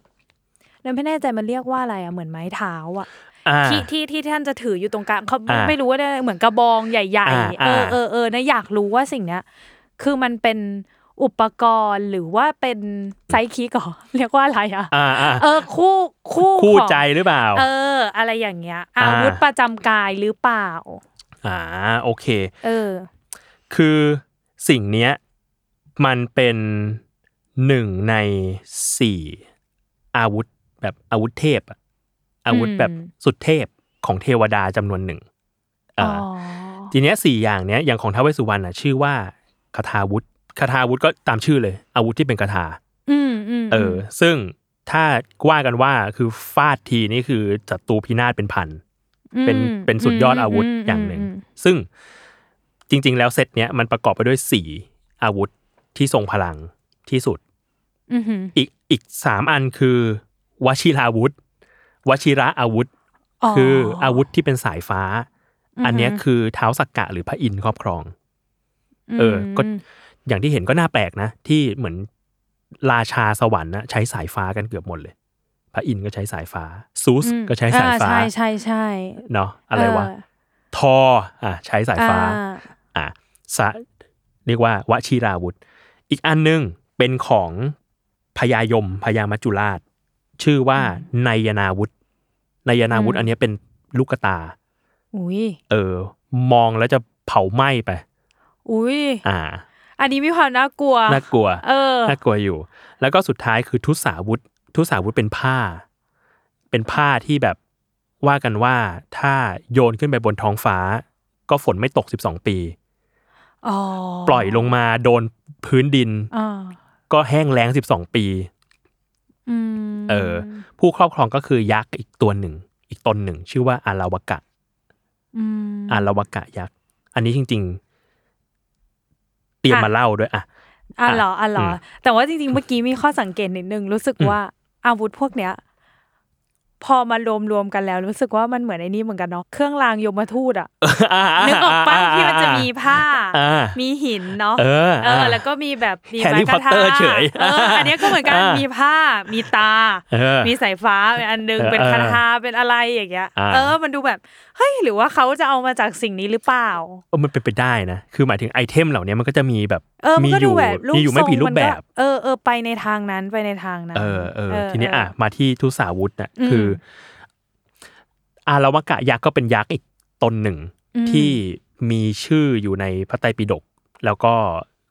C: เราไม่แน่ใจมันเรียกว่าอะไรอ่ะเหมือนไม้เท้าอ่ะ
B: อ่า
C: ที่ที่ที่ท่านจะถืออยู่ตรงกลางเขา
B: อ่า
C: ไม่รู้ว่าได้เหมือนกระบองใหญ่
B: อ่า
C: ๆ เอ
B: อ่า
C: อเออเออนะอยากรู้ว่าสิ่งเนี้ยคือมันเป็นอุปกรณ์หรือว่าเป็นไซคิกเหรอ *laughs* เรียกว่าอะไรอ่ะ
B: อ่าอ่า
C: เออคู่คู่
B: คู่
C: ของ
B: ใจหรือเปล่า
C: เออ อะไรอย่างเงี้ย
B: อ่า
C: อาวุธประจำกายหรือเปล่า
B: อ่าโอเค
C: เออ
B: คือสิ่งเนี้ยมันเป็นหนึ่งในสี่อาวุธแบบอาวุธเทพอะอาวุธแบบ
C: อืม
B: สุดเทพของเทวดาจำนวนหนึ่ง
C: อ๋
B: อ่า
C: อ
B: ทีเนี้ยสี่อย่างเนี้ยอย่างของท้าวเวสสุวรรณอ่ะชื่อว่าคาถาวุธคาถาวุธก็ตามชื่อเลย อาวุธที่เป็นคาถา
C: อืมอืม
B: เอออซึ่งถ้าว่ากันว่าคือฟาดทีนี่คือศัตรูพินาศเป็นพัน
C: ม
B: เป็น
C: ม
B: เป็นสุดยอดอาวุธ
C: ม
B: อย่างหนึ่ง
C: ม
B: ซึ่งจริง ๆ แล้วเซตเนี้ยมันประกอบไปด้วยสี่อาวุธที่ทรงพลังที่สุด
C: อืมอืม
B: อีกอีกสามอันคือ วชิราวุธ วชิระอาวุธ คืออาวุธที่เป็นสายฟ้า อันเนี้ยคือเท้าวสักกะหรือพระอินทร์ครอบครอง เออก็
C: ม
B: อย่างที่เห็นก็น่าแปลกนะ ที่เหมือนราชาสวรรค์นะใช้สายฟ้ากันเกือบหมดเลย พระอินทร์ก็ใช้สายฟ้าซูสก็ใช้สายฟ้า
C: อ่ใช่ใช่ใช่
B: เนาะอะไรวะ
C: เ
B: ทออ่ะใช้สายฟ้า
C: อ่
B: อ่ะสะเรียกว่าวชิราวุธ อีกอันหนึงเป็นของพญายมพญามัจจุราช ชื่อว่านายนาวุธนายนาวุธ อันเนี้ยเป็นลูกกระตา
C: อุ้ย
B: เออ มองแล้วจะเผาไหม้ไป
C: อุ้ย
B: อ่า
C: อันนี้มีความน่ากลัว
B: น่ากลัว
C: เออ
B: น่ากลัวอยู่ แล้วก็สุดท้ายคือทุสาวุธ ทุสาวุธเป็นผ้า เป็นผ้าที่แบบว่ากันว่าถ้าโยนขึ้นไปบนท้องฟ้า ก็ฝนไม่ตก 12 ปี
C: อ๋อ
B: ปล่อยลงมาโดนพื้นดิน
C: อ่า
B: ก็แห้งแล้ง 12 ปี
C: อืม
B: เออ ผู้ครอบครองก็คือยักษ์อีกตัวหนึ่ง อีกตนหนึ่ง ชื่อว่าอาราวกะ
C: อืม
B: อาราวกะยักษ์ อันนี้จริง ๆ เตรียม
C: อ่ะ
B: มาเล่าด้วยอ่ะ
C: อ่ะเหรออ่ะเหรอ
B: อืม
C: แต่ว่าจริงๆ เมื่อกี้มีข้อสังเกตนิดนึง รู้สึกว่าอาวุธพวกเนี้ย พอมารวมๆกันแล้ว รู้สึกว่ามันเหมือนไอ้นี่เหมือนกันเนาะเครื่องรางยมทูตอ่ะนึกออกป้าที่มันจะมีผ้า
B: อ่า
C: มีหินเนาะ
B: เออ
C: เออ แล้วก็มีแบบมี
B: Harry
C: ไม้กะทะ
B: Potter เฉย
C: เอออันเนี้ยก็เหมือนกัน
B: อ่ามี
C: มีผ้า มีตา
B: เออ
C: มีสายฟ้าเป็นอันนึง
B: เออ
C: เป็นคา
B: เออ
C: ถาเป็นอะไรอย่างเงี้ย
B: อ่า
C: เออ มันดูแบบเฮ้ยหรือว่าเขาจะเอามาจากสิ่งนี้หรือเปล่า
B: เออมันเป็นไปได้นะ คือหมายถึงไอเทมเหล่านี้มันก็จะมีแบบ
C: เออ มัน
B: มี
C: ก็
B: อ
C: ดู
B: ยู่
C: แบบรูป
B: มีอยู่ไม่
C: ทรง
B: ผิดรูปแบบ
C: มันก็เออเออไปในทางนั้นไปในทางนั้น
B: เออเออทีนี้อ่ะมาที่ทุสาวุธน่ะคือออาราวกะยักษ์ก็เป็นยักษ์อีกตนหนึ่ง
C: อืม
B: ที่มีชื่ออยู่ในพระไตรปิฎกแล้วก็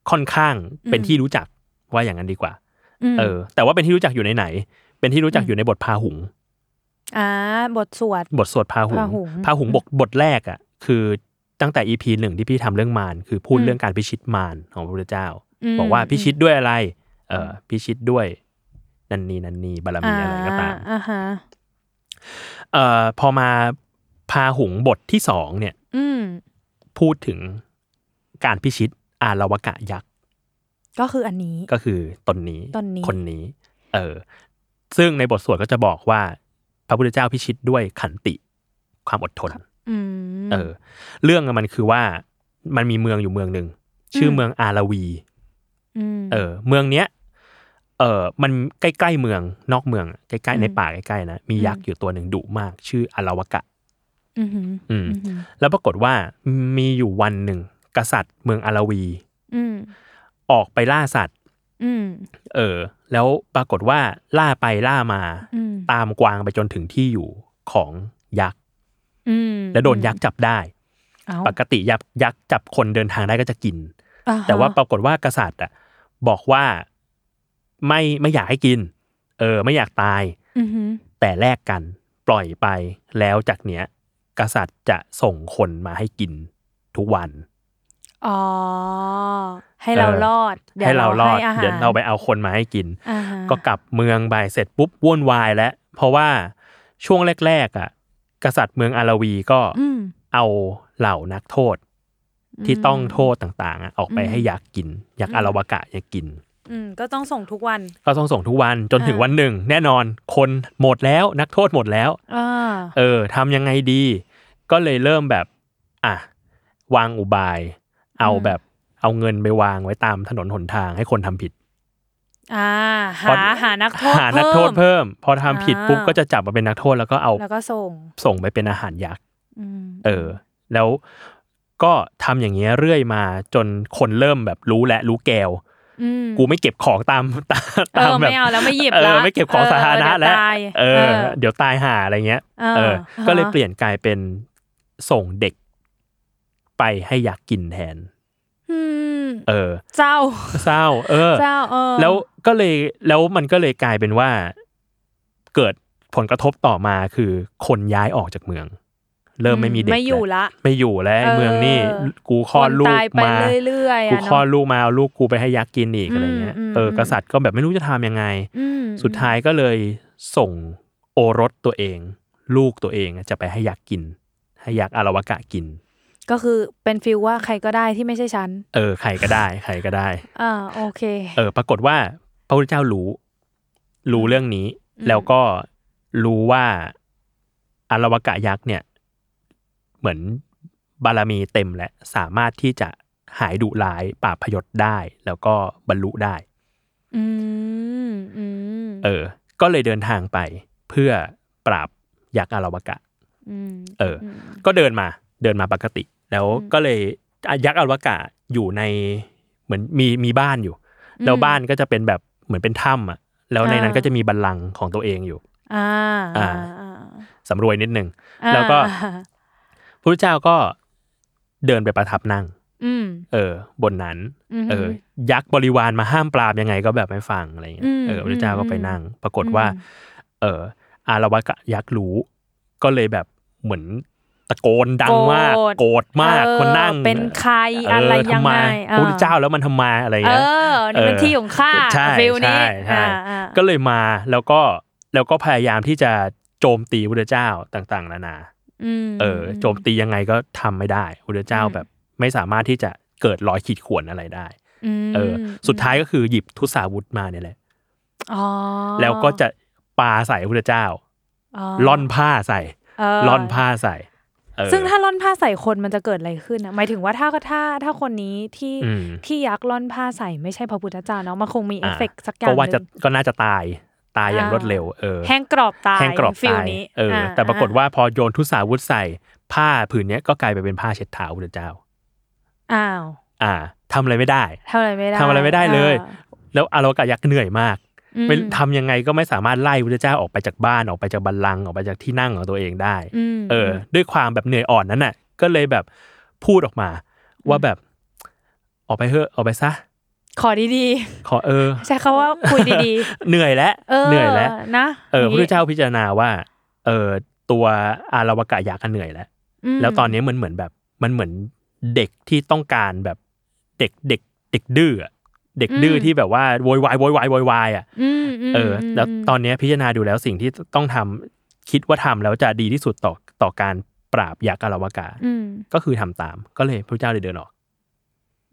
B: ค่อนข้างเป็น
C: อืม
B: ที่รู้จักว่าอย่างนั้นดีกว่า
C: ม
B: เออ แต่ว่าเป็นที่รู้จักอยู่ในไหน เป็นที่รู้จักอยู่ในบทพาหุง
C: อ่าบทสวด
B: บทสวดพาหุง
C: พาหุง
B: พาหุงบทบทแรกอ่ะคือตั้งแต่ EP หนึ่งที่พี่ทำเรื่องมารคือพูด
C: อืม
B: เรื่องการพิชิตมารของพระพุทธเจ้า
C: ม
B: บอกว่าพิชิตด้วยอะไร เออพิชิตด้วยนันนีนันนีบารมีอะไรก็ตาม
C: อ่าฮะ
B: เอ่อพอมาพาหุงบทที่สองเนี่ย
C: อืม
B: พูดถึงการพิชิตอารวกะยักษ์
C: ก็คืออันนี้
B: ก็คือตนนี้
C: ตนนี้
B: คนนี้ เออซึ่งในบทสวดก็จะบอกว่าพระพุทธเจ้าพิชิตด้วยขันติความอดทน
C: อืม
B: เออ เรื่องอะมันคือว่ามันมีเมืองอยู่เมืองหนึ่งชื่ออ
C: ม
B: เมืองอาราวี
C: ม
B: เออเมืองเนี้ยเออมันใกล้ๆเมืองนอกเมืองใกล้
C: อื
B: ๆ
C: ม
B: ในป่าใกล้ๆนะมียัก
C: อื
B: ษ์
C: ม
B: อยู่ตัวหนึ่งดุมาก ชื่ออาราวกะ
C: อืม
B: อืม
C: อืม
B: แล้วปรากฏว่ามีอยู่วันหนึ่ง กษัตริย์เมืองอาราวี
C: อืม
B: ออกไปล่าสัตว์
C: อืม
B: เออ แล้วปรากฏว่าล่าไปล่ามา
C: อืม
B: ตามกวางไปจนถึงที่อยู่ของยักษ์
C: อืม
B: และโดนยักษ์จับได้
C: เอ้า
B: ปกติยักษ์ยักษ์จับคนเดินทางได้ก็จะกิน
C: อ่ฮะ
B: แต่ว่าปรากฏว่ากษัตริย์อ่ะบอกว่าไม่ไม่อยากให้กิน เออ ไม่อยากตาย
C: อือฮึ
B: แต่แลกกันปล่อยไปแล้วจากเนี้ย กษัตริย์จะส่งคนมาให้กินทุกวัน
C: อ๋อให้เรา
B: เออ
C: รอดดี๋ยว
B: ให้เรารอด
C: ให้อาหาร
B: เดี๋ยวเราไปเอาคนมาให้กิน
C: อ่าฮะ
B: ก็กลับเมืองไปเสร็จปุ๊บวุ่นวายแล้ว เพราะว่าช่วงแรกๆอ่ะกษัตริย์เมืองอาราวีก็
C: อืม
B: เอาเหล่านักโทษที่
C: อืม
B: ต้องโทษต่างๆอ่ะออกไป
C: อืม
B: ให้ยักษ์กินยักษ์
C: อืม
B: อาราวากะยักษ์กิน
C: อืมก็ต้องส่งทุกวัน
B: ก็ต้องส่งทุกวันจนถึง
C: อ่า
B: วันหนึ่ง แน่นอนคนหมดแล้วนักโทษหมดแล้ว
C: อ่า
B: เออทำยังไงดี ก็เลยเริ่มแบบ อ่ะ วางอุบาย เอา
C: อืม
B: แบบเอาเงินไปวางไว้ตามถนนหนทางให้คนทำผิด
C: อ่าหาหานักโทษ
B: หานักโทษ
C: เพิ่ม
B: เพิ่ม พอทำผิดปุ๊บ
C: อ่า
B: ก็จะจับมาเป็นนักโทษแล้วก็เอา
C: แล้วก็ส่ง
B: ส่งไปเป็นอาหารยักษ์
C: อืม
B: เออ แล้วก็ทำอย่างเงี้ยเรื่อยมาจนคนเริ่มแบบรู้และรู้แกว
C: ม
B: กูไม่เก็บของตาม *laughs* ตาม
C: เอ
B: ตาม
C: อ
B: แบบ
C: ไม่เอาแล้วไม่หยิบ
B: เอ
C: ละ
B: อไม่เก็บของสาธารณะแล้ว
C: เอ
B: เอ
C: อ
B: อ เดี๋ยวตายหาอะไรเงี้ย
C: ดี๋ยวตาย
B: เออ ก็เลย
C: ฮะ
B: เปลี่ยนกลายเป็นส่งเด็กไปให้ยักษ์กินแทน
C: อืม
B: เออ
C: เจ้า
B: เศร้า เออ
C: เจ้าเออ
B: แล้วก็เลยแล้วมันก็เลยกลายเป็นว่า เกิดผลกระทบต่อมาคือคนย้ายออกจากเมือง เริ่มไม่มีเด็ก
C: ไม่อยู่
B: แล้ว
C: ละ
B: ไม่อยู่แล้วไอ้เมืองนี่
C: เออ
B: กูคลอดลู
C: น
B: ก
C: ตายไป
B: มา
C: เรื่อยๆ
B: กู
C: อะ
B: คลอด
C: เนาะ
B: ลูกมาเอาลูกกูไปให้ยักษ์กินอีกอะไรเงี้ย
C: อืมอืม
B: เอออ
C: ม
B: กษัตริย์ก็แบบไม่รู้จะทำยังไง
C: อืม
B: สุดท้ายก็เลยส่งโอรสตัวเอง ลูกตัวเองจะไปให้ยักษ์กิน ให้ยักษ์อารวากะกิน
C: ก็คือเป็นฟิลว่าใครก็ได้ที่ไม่ใช่ฉัน
B: เออใครก็ได้ ใครก็ได้
C: อ่าโอเค
B: เออ ปรากฏว่าพระพุทธเจ้ารู้ รู้เรื่องนี้
C: อืม
B: แล้วก็รู้ว่าอารวากะยักษ์เนี่ย เหมือนบารมีเต็มและสามารถที่จะหายดุร้ายปราบพยศได้ แล้วก็บรรลุได้
C: อืมอืม
B: เออ ก็เลยเดินทางไปเพื่อปราบยักษ์อารวากะ
C: ม
B: เออ
C: ม
B: ก็เดินมาเดินมาปกติ แล้ว
C: อืม
B: ก็เลยอ่ะยักษ์อวกาศอยู่ในเหมือนมีมีบ้านอยู่ แล้วบ้านก็จะเป็นแบบเหมือนเป็นถ้ำอ่ะแล้วในนั้น
C: อ่า
B: ก็จะมีบัลลังก์ของตัวเองอยู่
C: อ่า
B: อ่า สำรวยนิดนึง
C: อ่า
B: แล้วก็ พระเจ้าก็เดินไปประทับนั่ง
C: อืม
B: เออ บนนั้น
C: ม
B: เออ ยักษ์บริวารมาห้ามปรามยังไงก็แบบไม่ฟังอะไรเงี้
C: อื
B: ย
C: ม
B: เออพระเจ้าก็ไปนั่ง ปรากฏ
C: อืม
B: ว่า เออ อารวากะยักษ์รู้ ก็เลยแบบเหมือนตะโกนดังมาก โกรธมาก
C: เออ
B: คนนั่ง
C: เป็นใคร
B: เ
C: อะไรยัง
B: ทำม
C: ไง
B: พระพุทธเจ้าแล้วมันทำไมาอะไร
C: เอ
B: เงี้ย
C: อนี่เป็น
B: เออ
C: ที่ของข้า
B: ใช่
C: ฟิลนี้
B: ใช่ใช่
C: อ่าอ่า
B: ก็เลยมาแล้วก็แล้วก็พยายามที่จะโจมตีพระเจ้าต่างๆ นานา
C: ม
B: เออโจมตียังไงก็ทำไม่ได้พระเจ้า
C: อืม
B: แบบไม่สามารถที่จะเกิดรอยขีดข่วนอะไรได้
C: ม
B: เอออสุดท้ายก็คือหยิบทุสาวุธมาเนี่ยแหละ
C: อ๋อ
B: แล้วก็จะปาใส่พระเจ้า ล่อนผ้าใส่
C: เอ
B: ล่อนผ้าใส่เออ
C: ซึ่งถ้าล่อนผ้าใส่คนมันจะเกิดอะไรขึ้นนะหมายถึงว่าถ้าถ้าถ้าคนนี้ที่
B: อืม
C: ที่ยักษ์ล่อนผ้าใส่ไม่ใช่พระพุทธเจ้าเนาะมันคงมีเอ
B: อ่า
C: ฟเฟกต์สักอย่า
B: ก็
C: ง
B: ว่าจะ
C: หนึ่ง
B: ก็น่าจะตายตายอย่าง
C: อ่าร ร
B: วดเร็วเออ
C: แห้งกรอบตาย
B: แห้งกรอบ
C: ฟิล
B: ตาย
C: นี้
B: เอออ
C: า
B: แต่ปรากฏว่าพอโยนทุสาวุธใส่ ผ้าผืนเนี้ยก็กลายไปเป็นผ้าเช็ดเท้าพระเจ้า
C: อ้าว
B: อ่าทำอะไรไม่ได้
C: ทำอะไรไม่ได้
B: ทำอะไรไม่ได้เลย
C: อ่า
B: แล้วอารกะยักษ์เหนื่อยมาก
C: อืม
B: ไม่ทำยังไงก็ไม่สามารถไล่พระเจ้าออกไปจากบ้านออกไปจากบัลลังก์ออกไปจากที่นั่งของตัวเองได้
C: ม
B: เออ ด้วยความแบบเหนื่อยอ่อนนั้นน่ะ ก็เลยแบบพูดออกมา ว่าแบบ ออกไปเถอะออกไปซะ
C: ขอดี
B: ขอเออ
C: ๆ ใช้คาว่าคุยดี
B: เหนื่อยแล้ว
C: ๆ เออ
B: เหนื่อยแล้ว
C: นะ
B: เออพระ
C: ย่ง
B: พุทธ
C: งี้
B: เจ้าพิจารณาว่า เออตัวอารวากะยักษ์อะเหนื่อยแล้ว
C: ม
B: แล้วตอนนี้มันเหมือนแบบมันเหมือนเด็กที่ต้องการแบบเด็กเด็กเด็กดื้ออะเด็กดื้อที่แบบว่าโวยวายโวยวายโวยวายอ่ะ
C: อืมม
B: เอออ
C: ม
B: แล้วตอนเนี้ยพิจารณาดูแล้วสิ่งที่ต้องทำคิดว่าทำแล้วจะดีที่สุดต่อต่อการปราบยักษ์อารวากา
C: อืม
B: ก็คือทำตามก็เลยพระเจ้าเลยเดินออก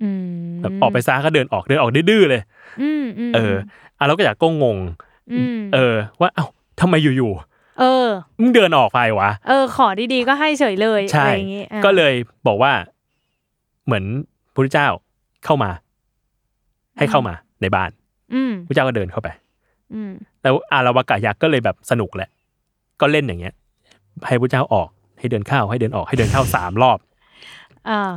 C: อืม
B: แบบออกไปซะก็เดินออกเดินออกดื้อๆเลย
C: อืมม
B: เอออ่ะแล้วก็อยากก็งง
C: ม
B: เออ ว่าเอ้าทำไมอยู่
C: เออ
B: ๆมึงเดินออกไปวะ
C: เออ ขอดีๆก็ให้เฉยเลย
B: ใช่
C: อะไรอย่างงี้อ่ะ
B: ก็เลยบอกว่า เหมือนพระเจ้าเข้ามา ให้เข้ามาในบ้าน
C: อืม
B: พระเจ้าก็เดินเข้าไป
C: อืม
B: แล้วอาราวากะยักษ์ก็เลยแบบสนุกแหละ ก็เล่นอย่างเงี้ย ให้พระเจ้าออกให้เดินเข้าให้เดินออกให้เดินเข้า สามรอบ
C: อ่า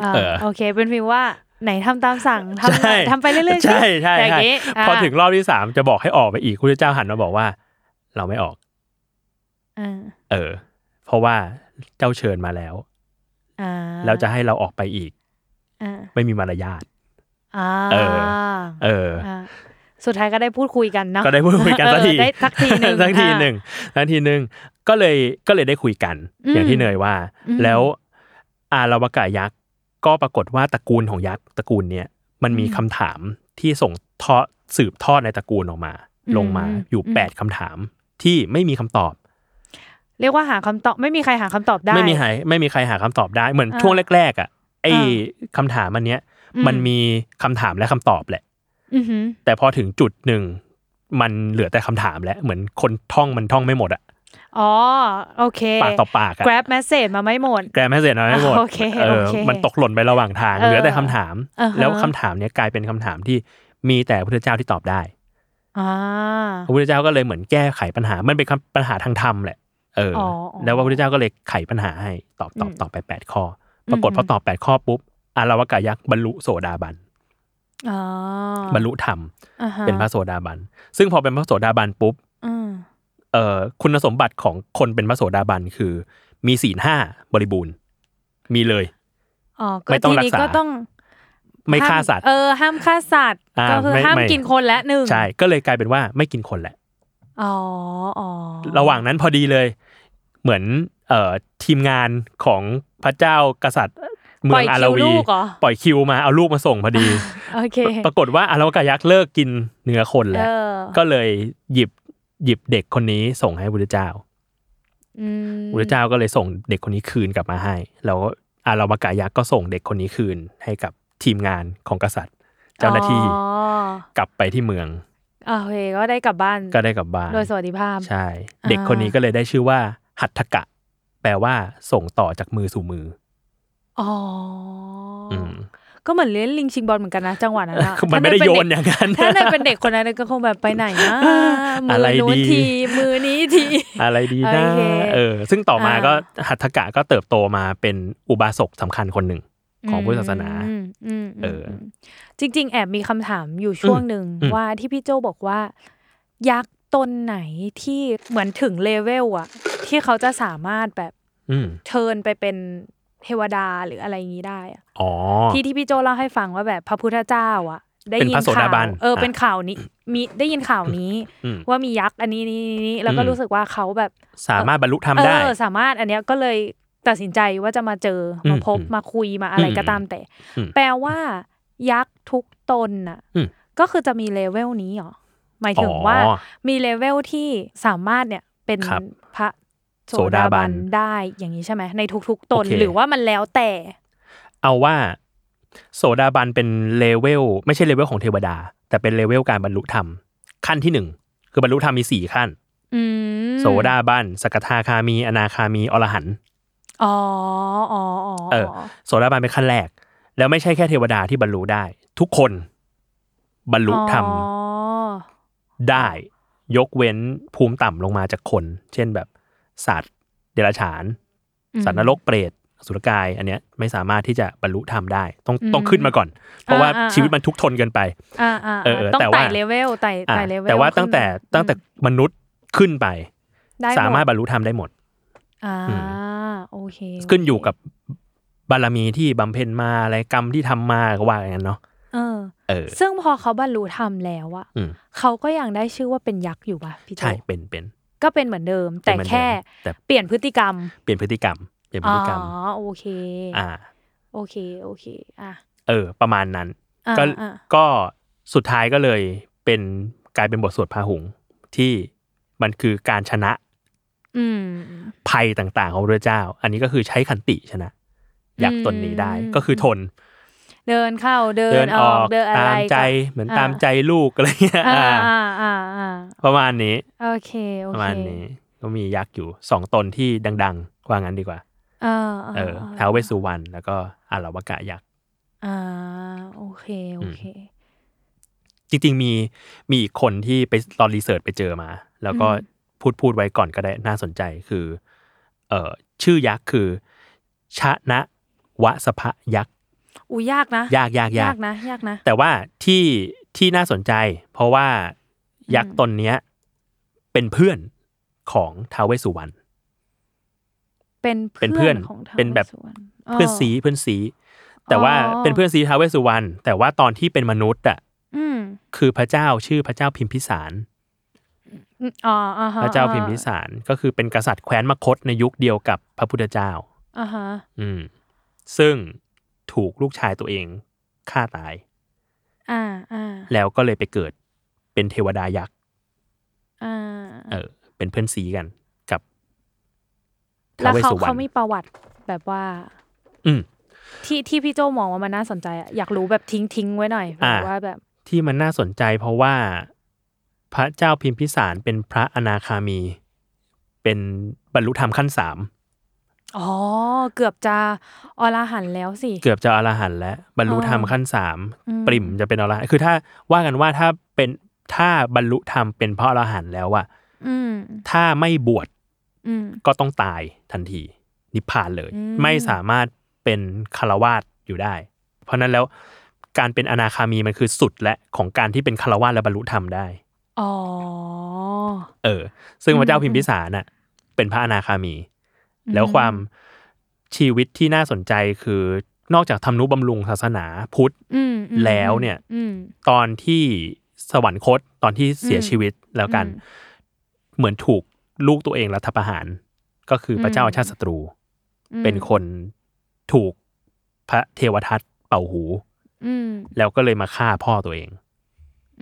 C: อ่า
B: เออ
C: โอเค เป็นฟีลว่าไหนทำตามสั่งทำหน่อยทำไปเรื่อยๆสิ
B: ใช่ใช่
C: แต่อย่า
B: ใช่
C: งงี้ะ
B: พอถึงรอบที่สามจะบอกให้ออกไปอีกพระเจ้าหันมาบอกว่า เราไม่ออก
C: อ่า
B: เออ เพราะว่าเจ้าเชิญมาแล้ว
C: อ่า
B: แล้วจะให้เราออกไปอีก
C: อ่า
B: ไม่มีมารยาท
C: อ่า
B: เออ เออ
C: าสุดท้ายก็ได้พูดคุยกันเนาะ
B: ก็ได้พูดคุยกันสักที
C: เออได้สักทีหนึ่ง
B: สักทีหนึ่งสักทีหนึ่งก็เลยก็เลยได้คุยกัน
C: อืม
B: อย่างที่เนยว่า
C: อืม
B: แล้วอาราวากายักษ์ก็ปรากฏว่าตระกูลของยักษ์ตระกูลเนี้ยมันมีคำถามที่ส่งทอดสืบทอดในตระกูลออกมา ลงมาอยู่แปดคำถามที่ไม่มีคำตอบ
C: เรียกว่าหาคำตอบไม่มีใครหาคำตอบได้
B: ไม่มีใครไม่มีใครหาคำตอบได้เหมือน
C: อ่า
B: ช่วงแรก ๆ อ่ะไอ้
C: อ่
B: คำถามอันเนี้ย
C: อืม
B: มันมีคำถามและคำตอบแหละ
C: อือหือ
B: แต่พอถึงจุดหนึ่งมันเหลือแต่คำถามแล้วเหมือนคนท่องมันท่องไม่หมดอะ
C: อ๋อ โอเค
B: ปากต่อปากอะ
C: grab message มาไม่หมด
B: แกรมให้เสร็จน้อยให้หมด
C: *laughs* โอเค
B: เอ
C: โอ
B: อ
C: เค
B: มันตกหล่นไประหว่างทาง
C: เออ
B: เหลือแต่คำถาม
C: อ่าฮะ
B: แล้วคำถามเนี้ยกลายเป็นคำถามที่มีแต่พระพุทธเจ้าที่ตอบได้
C: อ่า
B: พระพุทธเจ้าก็เลยเหมือนแก้ไขปัญหามันเป็นคำปัญหาทางธรรมแหละเอออ
C: อ
B: แล้วพระพุทธเจ้าก็เลยไขปัญหาให้ตอบตอบ
C: อืม
B: ตอบไปแปดข้อ ปรากฏ
C: อืม
B: พอตอบแปดข้อปุ๊บอาราวกายักษ์บรรลุโสดาบัน
C: อ๋อบ
B: รรลุธรรม
C: อ่าฮ
B: เป็นพระโสดาบันซึ่งพอเป็นพระโสดาบันปุ๊บ
C: อืม
B: เอ่อคุณสมบัติของคนเป็นพระโสดาบันคือ มีศีลห้าบริบูรณ์ มีเลย
C: อ๋อ
B: ไม่ต้อง
C: ที่
B: รักษา
C: นี้ก็ต้อง
B: ไม่ฆ่า
C: ห้ม
B: สัตว์
C: เออ ห้ามฆ่าสัตว์
B: อ่า
C: ก็คือ
B: ไม่
C: ห้าม
B: ไม่
C: กินคนละหนึ่ง
B: ใช่ก็เลยกลายเป็นว่าไม่กินคนแหละ
C: อ๋ออ๋อ
B: ระหว่างนั้นพอดีเลย เหมือนเอ่อทีมงานของพระเจ้ากษัตริย์เมื
C: ปล่
B: อง
C: ย
B: อา
C: คิ
B: ราว วี
C: ลูกเหรอ
B: ปล่อยคิวมาเอาลูกมาส่งพ
C: *laughs*
B: อดี
C: โอเค
B: ปรากฏว่าอาราวกายักษ์เลิกกินเนื้อคน
C: เอ
B: แล้ว
C: อ
B: ก็เลยหยิบหยิบเด็กคนนี้ส่งให้พระพุทธเจ้า
C: อืม
B: พระเจ้าก็เลยส่งเด็กคนนี้คืนกลับมาให้ แล้วอารามากายักษ์ก็ส่งเด็กคนนี้คืนให้กับทีมงานของกษัตริย์ เจ้าหน้าที่
C: อ๋อก
B: ลับไปที่เมือง
C: อ่ะโอเค ก็ได้กลับบ้าน
B: ก็ได้กลับบ้าน
C: โดยสวัสดิภาพ
B: ใช่ เด็กคนนี้ก็เลยได้ชื่อว่า หัตถกะ แปลว่าส่งต่อจากมือสู่มือ
C: อ๋ออ
B: อืม
C: ก็เหมือนเล่นลิงชิงบอลเหมือนกันนะจังหวะนั้นอะ
B: คือมันไม่ได้
C: ถ้า
B: โย
C: เ
B: นอย่างนั้น
C: ถ้าเนยเป็นเด็กคนนั้นเนยก็คงแบบไปไหนนะมื
B: *laughs* อะไร
C: อนู้น
B: ดี
C: ทีมือนี้ที
B: อะไรดีนะ
C: โอเค
B: เออ ซึ่งต่อมา
C: อ่า
B: ก็หัตถกะก็เติบโตมาเป็นอุบาสกสำคัญคนหนึ่ง ของพุทธศาสนา
C: อืมอืมม
B: เอออื
C: มจริง ๆ แอบมีคำถามอยู่ช่วงหนึ่ง
B: อืม
C: ว่าที่พี่โจบอกว่า ยักษ์ตนไหนที่เหมือนถึงเลเวลอะที่เขาจะสามารถแบบ
B: อืม
C: เทิร์นไปเป็นเทวดาหรืออะไรอย่างนี้ได้อะ
B: อ๋อ
C: ที่ที่พี่โจเล่าให้ฟังว่าแบบพระพุทธเจ้าอะได้
B: เป็น
C: ยิ
B: พ
C: น
B: ระโสดา
C: ข่า
B: บัน
C: วเอออะ เป็นข่าวนี้มีได้ยินข่าวนี้
B: อืม
C: ว่ามียักษ์อันนี้นี่นี่แล้วก็
B: อืม
C: รู้สึกว่าเขาแบบ
B: สามารถบรรลุธรรม
C: เอ
B: ได้
C: อสามารถอันเนี้ยก็เลยตัดสินใจว่าจะมาเจออ
B: ม
C: มาพบ
B: อืม
C: มาคุยมาอะไรก็ตามแต่
B: อืม
C: แปลว่า ยักษ์ทุกตนน่ะ
B: อืม
C: ก็คือจะมีเลเวลนี้เหรอหมายถึงว่า
B: อ๋อ
C: มีเลเวลที่สามารถเนี่ยเป็น
B: ครับ
C: พระโส
B: โส
C: ดา
B: ดาบั
C: บัน
B: น
C: ได้อย่างนี้ใช่ไหมในทุกๆตน
B: โอเค
C: หรือว่ามันแล้วแต่
B: เอาว่า โสดาบันเป็นเลเวลไม่ใช่เลเวลของเทวดา แต่เป็นเลเวลการบรรลุธรรม ขั้นที่หนึ่งคือบรรลุธรรมมีสี่ขั้น
C: อืม
B: โสดาบันสกทาคามี อนาคามีอรหันต์
C: อ๋ออ๋ออ๋อ
B: เออ โสดาบันเป็นขั้นแรก แล้วไม่ใช่แค่เทวดาที่บรรลุได้ ทุกคนบรรลุธรรม
C: อ๋อ
B: ได้ ยกเว้นภูมิต่ำลงมาจากคน เช่นแบบสัตว์เดรัจฉาน สัตว์นรกเปรตอสุรกาย อันเนี้ยไม่สามารถที่จะบรรลุธรรมได้ ต้องต้องขึ้นมาก่อน เพราะว่าชีวิตมันทุกข์ทนเกินไป
C: อ่าอ่า
B: เออเออ
C: ต้อง
B: แต่ว่า
C: ไต่เลเวลไต่
B: อ่ะ
C: ไต่เลเวล
B: แต่ว่าตั้งแต่
C: ขึ้นมา
B: ตั้งแต่
C: อืม
B: มนุษย์ขึ้นไป
C: ได้หด
B: สามารถบรรลุธรรมได้หมด
C: อ่า
B: อื
C: โอเค
B: ขึ้นอยู่กับบารมีที่บำเพ็ญมาอะไรกรรมที่ทำมาก็ว่าอย่างนั้นเนาะ
C: เออ
B: เออ
C: ซึ่งพอเขาบรรลุธรรมแล้วอะ
B: อืม
C: เขาก็ยังได้ชื่อว่าเป็นยักษ์อยู่ป่ะพี่โจ
B: ใช่เป็นเป็น
C: ก็เป็นเหมือนเดิม
B: เป็
C: แต่
B: นเหมือนเดิม
C: แค่
B: แต่
C: เปลี่ยนพฤติกรรม
B: เปลี่ยนพฤติกรรม เปลี่ยนพฤ
C: อ๋อ
B: ติกรรม
C: โอเค
B: อ่า
C: โอเคโอเคอ่ะ
B: เออ ประมาณนั้น
C: อ่ะ
B: ก็
C: อ่ะ
B: ก็สุดท้ายก็เลยเป็นกลายเป็นบทสวดพาหุงที่มันคือการชนะ
C: อืม
B: ภัยต่างๆของพระเจ้า อันนี้ก็คือใช้ขันติชนะ อยากษ์ตนนี้ได้
C: อืม
B: ก็คือทน
C: เดินเข้าเดิ
B: เดินออก
C: เดินอะไร
B: ตามใจ
C: ก็
B: เหมือน
C: อ่า
B: ตามใจลูกอะไร *laughs* เงี้ย
C: อ่า
B: อ่า
C: อ่าอ่าอ่า
B: ประมาณนี้
C: โอเคโอ
B: ประ
C: เค
B: มาณนี้ก็มียักษ์อยู่สองตนที่ดังๆว่างั้นดีกว่า
C: เออ
B: เออท้าวเวสสุวรรณแล้วก็อาราวกะยักษ์
C: อ่าโอเคโอเค
B: จริงๆมีมีอีกคนที่ไปตอนรีเสิร์ชไปเจอมา แล้วก็
C: อืม
B: พูดพูดไว้ก่อนก็ได้น่าสนใจคือ เออชื่อยักษ์คือ ชนะวสภะยักษ์
C: อูยากนะ
B: ยากยากยาย
C: าก กนะยากนะ
B: แต่ว่าที่ที่น่าสนใจ เพราะว่ายักษ์
C: อืม
B: ตนเนี้ยเป็นเพื่อนของท้าวเวสสุวรรณ
C: เป็น
B: เป็นเพื่อน
C: ของท้าว
B: เป็นแบบ
C: วสสุวรรณ
B: เพื่อนสีเพื่อนสี แต่ว่าเป็นเพื่อนสีท้าวเวสสุวรรณแต่ว่าตอนที่เป็นมนุษย์อ่ะ
C: อืม
B: คือพระเจ้าชื่อพระเจ้าพิมพิสาร
C: อ๋ออ่าฮ
B: พระเจ้าพิมพิสารก็คือเป็นกษัตริย์แคว้นมคธในยุคเดียวกับพระพุทธเจ้า
C: อ่าฮะ
B: อืม ซึ่งถูกลูกชายตัวเองฆ่าตาย
C: อ่าอ่า
B: แล้วก็เลยไปเกิดเป็นเทวดายักษ์
C: อ่า
B: เออ เป็นเพื่อนซีกันกับท้า
C: แล้ว ว
B: เวส
C: เขา
B: สุวรร
C: เขา
B: ณ
C: มีประวัติแบบว่า
B: อืม
C: ที่ที่พี่โจมองว่ามันน่าสนใจอะอยากรู้แบบทิ้งทิ้งไว้หน่อย
B: อ่า
C: แบบว่าแบบ
B: ที่มันน่าสนใจเพราะว่า พระเจ้าพิมพิสารเป็นพระอนาคามี เป็นบรรลุธรรมขั้นสาม
C: อ๋อ เกือบจะอรหันต์แล้วสิ
B: เกือบจะอรหันต์แล้วบรรลุธรรม
C: อ๋อ
B: ขั้นสาม
C: อืม
B: ปริ่มจะเป็นอรหันต์คือถ้าว่ากันว่าถ้าเป็นถ้าบรรลุธรรมเป็นพระอรหันต์แล้วอะ
C: อืม
B: ถ้าไม่บวช
C: อืม
B: ก็ต้องตายทันที นิพพานเลย
C: อืม
B: ไม่สามารถเป็นคารวาสอยู่ได้ เพราะฉะนั้นแล้วการเป็นอนาคามีมันคือสุดและของการที่เป็นคารวาสและบรรลุธรรมได้
C: อ๋อ
B: เออ ซึ่งพระเจ้า
C: อืม
B: พิมพิสารน่ะเป็นพระอนาคามี
C: อืม
B: แล้วความชีวิตที่น่าสนใจคือนอกจากทำนุบำรุงศาสนาพุทธ
C: อืมอืม
B: แล้วเนี่ย
C: อืม
B: ตอนที่สวรรคตตอนที่เสียชีวิตแล้วกัน
C: อืม
B: เหมือนถูกลูกตัวเองรัฐประหาร ก็คือพระเจ้า
C: อืม
B: ชาติศัตรู
C: อืม
B: เป็นคนถูกพระเทวทัตเป่าหู
C: อืม
B: แล้วก็เลยมาฆ่าพ่อตัวเอง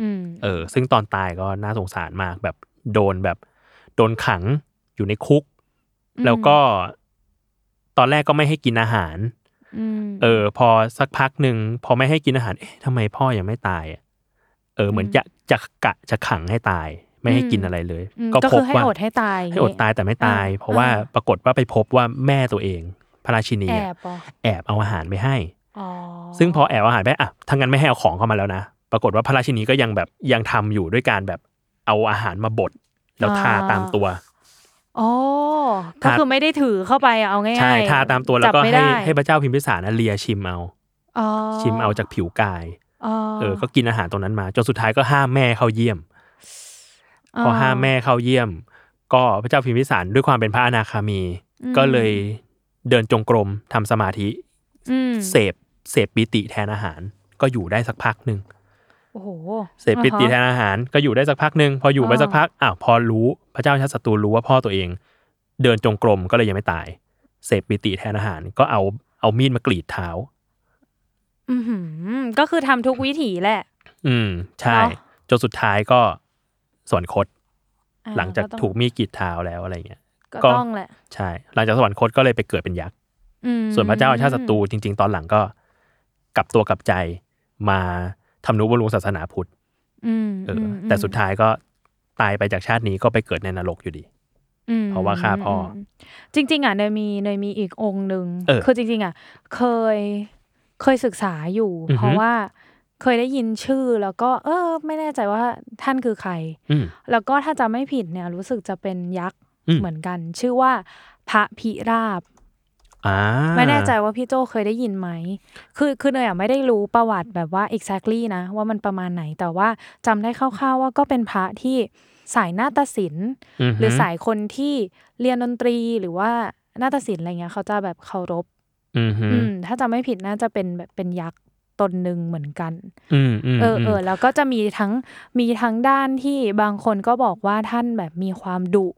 C: อืม
B: เออ ซึ่งตอนตายก็น่าสงสารมากแบบโดนแบบ โดนขังอยู่ในคุก
C: อืม
B: แล้วก็ ตอนแรกก็ไม่ให้กินอาหาร
C: อืม
B: เออ พอสักพักหนึ่งพอไม่ให้กินอาหาร เอ๊ะทำไมพ่อยังไม่ตายอะเออ เหมือน
C: อืม
B: จะจะกะจะขังให้ตาย ไม่ให้กิน
C: อืม
B: อะไรเลย
C: อืมก็
B: พ
C: คื
B: บ
C: อให้
B: ว่า
C: อดให้ตาย
B: ให้อดตายแต่ไม่ตาย เพราะว่าปรากฏว่าไปพบว่าแม่ตัวเอง พระราชินี
C: แอ
B: อะ
C: บอ๋อ
B: แอบเอาอาหารไปให้
C: อ๋อ
B: ซึ่งพอแอบเอาอาหารไปอ่ะทั้างนั้นไม่ให้เอาของเข้ามาแล้วนะ ปรากฏว่าพระราชินีก็ยังแบบยังทำอยู่ด้วยการแบบเอาอาหารมาบดแล้วทาตามตัว
C: อ๋อก็
B: ทา
C: คือไม่ได้ถือเข้าไปอะเอาง่ายๆ
B: ใช่ทาตามตัวแล้วก็
C: จับไม่
B: ให้
C: ได้
B: ให้พระเจ้าพิมพิสารนะเลียชิมเอา
C: อ๋อ
B: ชิมเอาจากผิวกาย
C: อ๋อ
B: เออ ก็กินอาหารตรงนั้นมา จนสุดท้ายก็ห้ามแม่เข้าเยี่ยม พอห้ามแม่เข้าเยี่ยม ก็พระเจ้าพิมพิสารด้วยความเป็นพระอนาคามี
C: อืม
B: ก็เลยเดินจงกรมทำสมาธิ
C: อืม
B: เสพเสพปิติแทนอาหาร ก็อยู่ได้สักพักหนึ่ง
C: โอ้โห
B: เสพปิติแทน
C: อ่าฮะ
B: อาหาร ก็อยู่ได้สักพักหนึ่งพออยู่ไป
C: อ่า
B: สักพักอ้าวพอรู้พระเจ้าชาติศัตรูรู้ว่าพ่อตัวเอง เดินจงกรมก็เลยยังไม่ตาย เสพปิติแทนอาหาร ก็เอาเอามีดมากรีดเท้า
C: อือหือก็คือทำทุกวิถีแหละ
B: อืมใช่
C: เนอะ
B: จนสุดท้ายก็สวรรคต
C: อ่
B: หลังจาก
C: ต้อง
B: ถูกมีดกรีดเท้าแล้วอะไรอย่างเงี้ย
C: ก็
B: ก็
C: ต้องแหละ
B: ใช่ หลังจากสวรรคตก็เลยไปเกิดเป็นยักษ
C: อืม
B: ส่วนพระเจ้าชาติศัตรูจริง ๆ ตอนหลังก็ กลับตัวกลับใจมาทำนุบำรุงศาสนาพุทธ
C: อืม
B: เอออ
C: ม
B: แต่สุดท้ายก็ตายไปจากชาตินี้ก็ไปเกิดในนรกอยู่ดี
C: อืม
B: เพราะว่าฆ่าพ่อ
C: มจริง ๆ อ่ะเนยมีเนยมีอีกองค์หนึ่ง
B: เออ
C: คือจริง ๆ อ่ะ เคยเคยศึกษาอยู่
B: อือฮึ
C: เพราะว่าเคยได้ยินชื่อแล้วก็ เออ ไม่แน่ใจว่าท่านคือใคร
B: อืม
C: แล้วก็ถ้าจำไม่ผิดเนี่ยรู้สึกจะเป็นยักษ์
B: อืม
C: เหมือนกัน ชื่อว่าพระพิราบ
B: อ่า
C: ไม่แน่ใจว่าพี่โจเคยได้ยินไหม คือคือเนยอะไม่ได้รู้ประวัติแบบว่า exactly นะ ว่ามันประมาณไหน แต่ว่าจำได้คร่าวๆว่าก็เป็นพระที่สายนาฏศิลป์
B: ฮึ
C: หรือสายคนที่เรียนดนตรีหรือว่านาฏศิลป์อะไรเงี้ยเขาจะแบบเคารพ
B: อืมฮึ
C: อืม ถ้าจำไม่ผิดน่าจะเป็นแบบเป็นยักษ์ตนหนึ่งเหมือนกัน
B: อืมอืม
C: เออเออแล้วก็จะมีทั้งมีทั้งด้านที่บางคนก็บอกว่าท่านแบบมีความดุ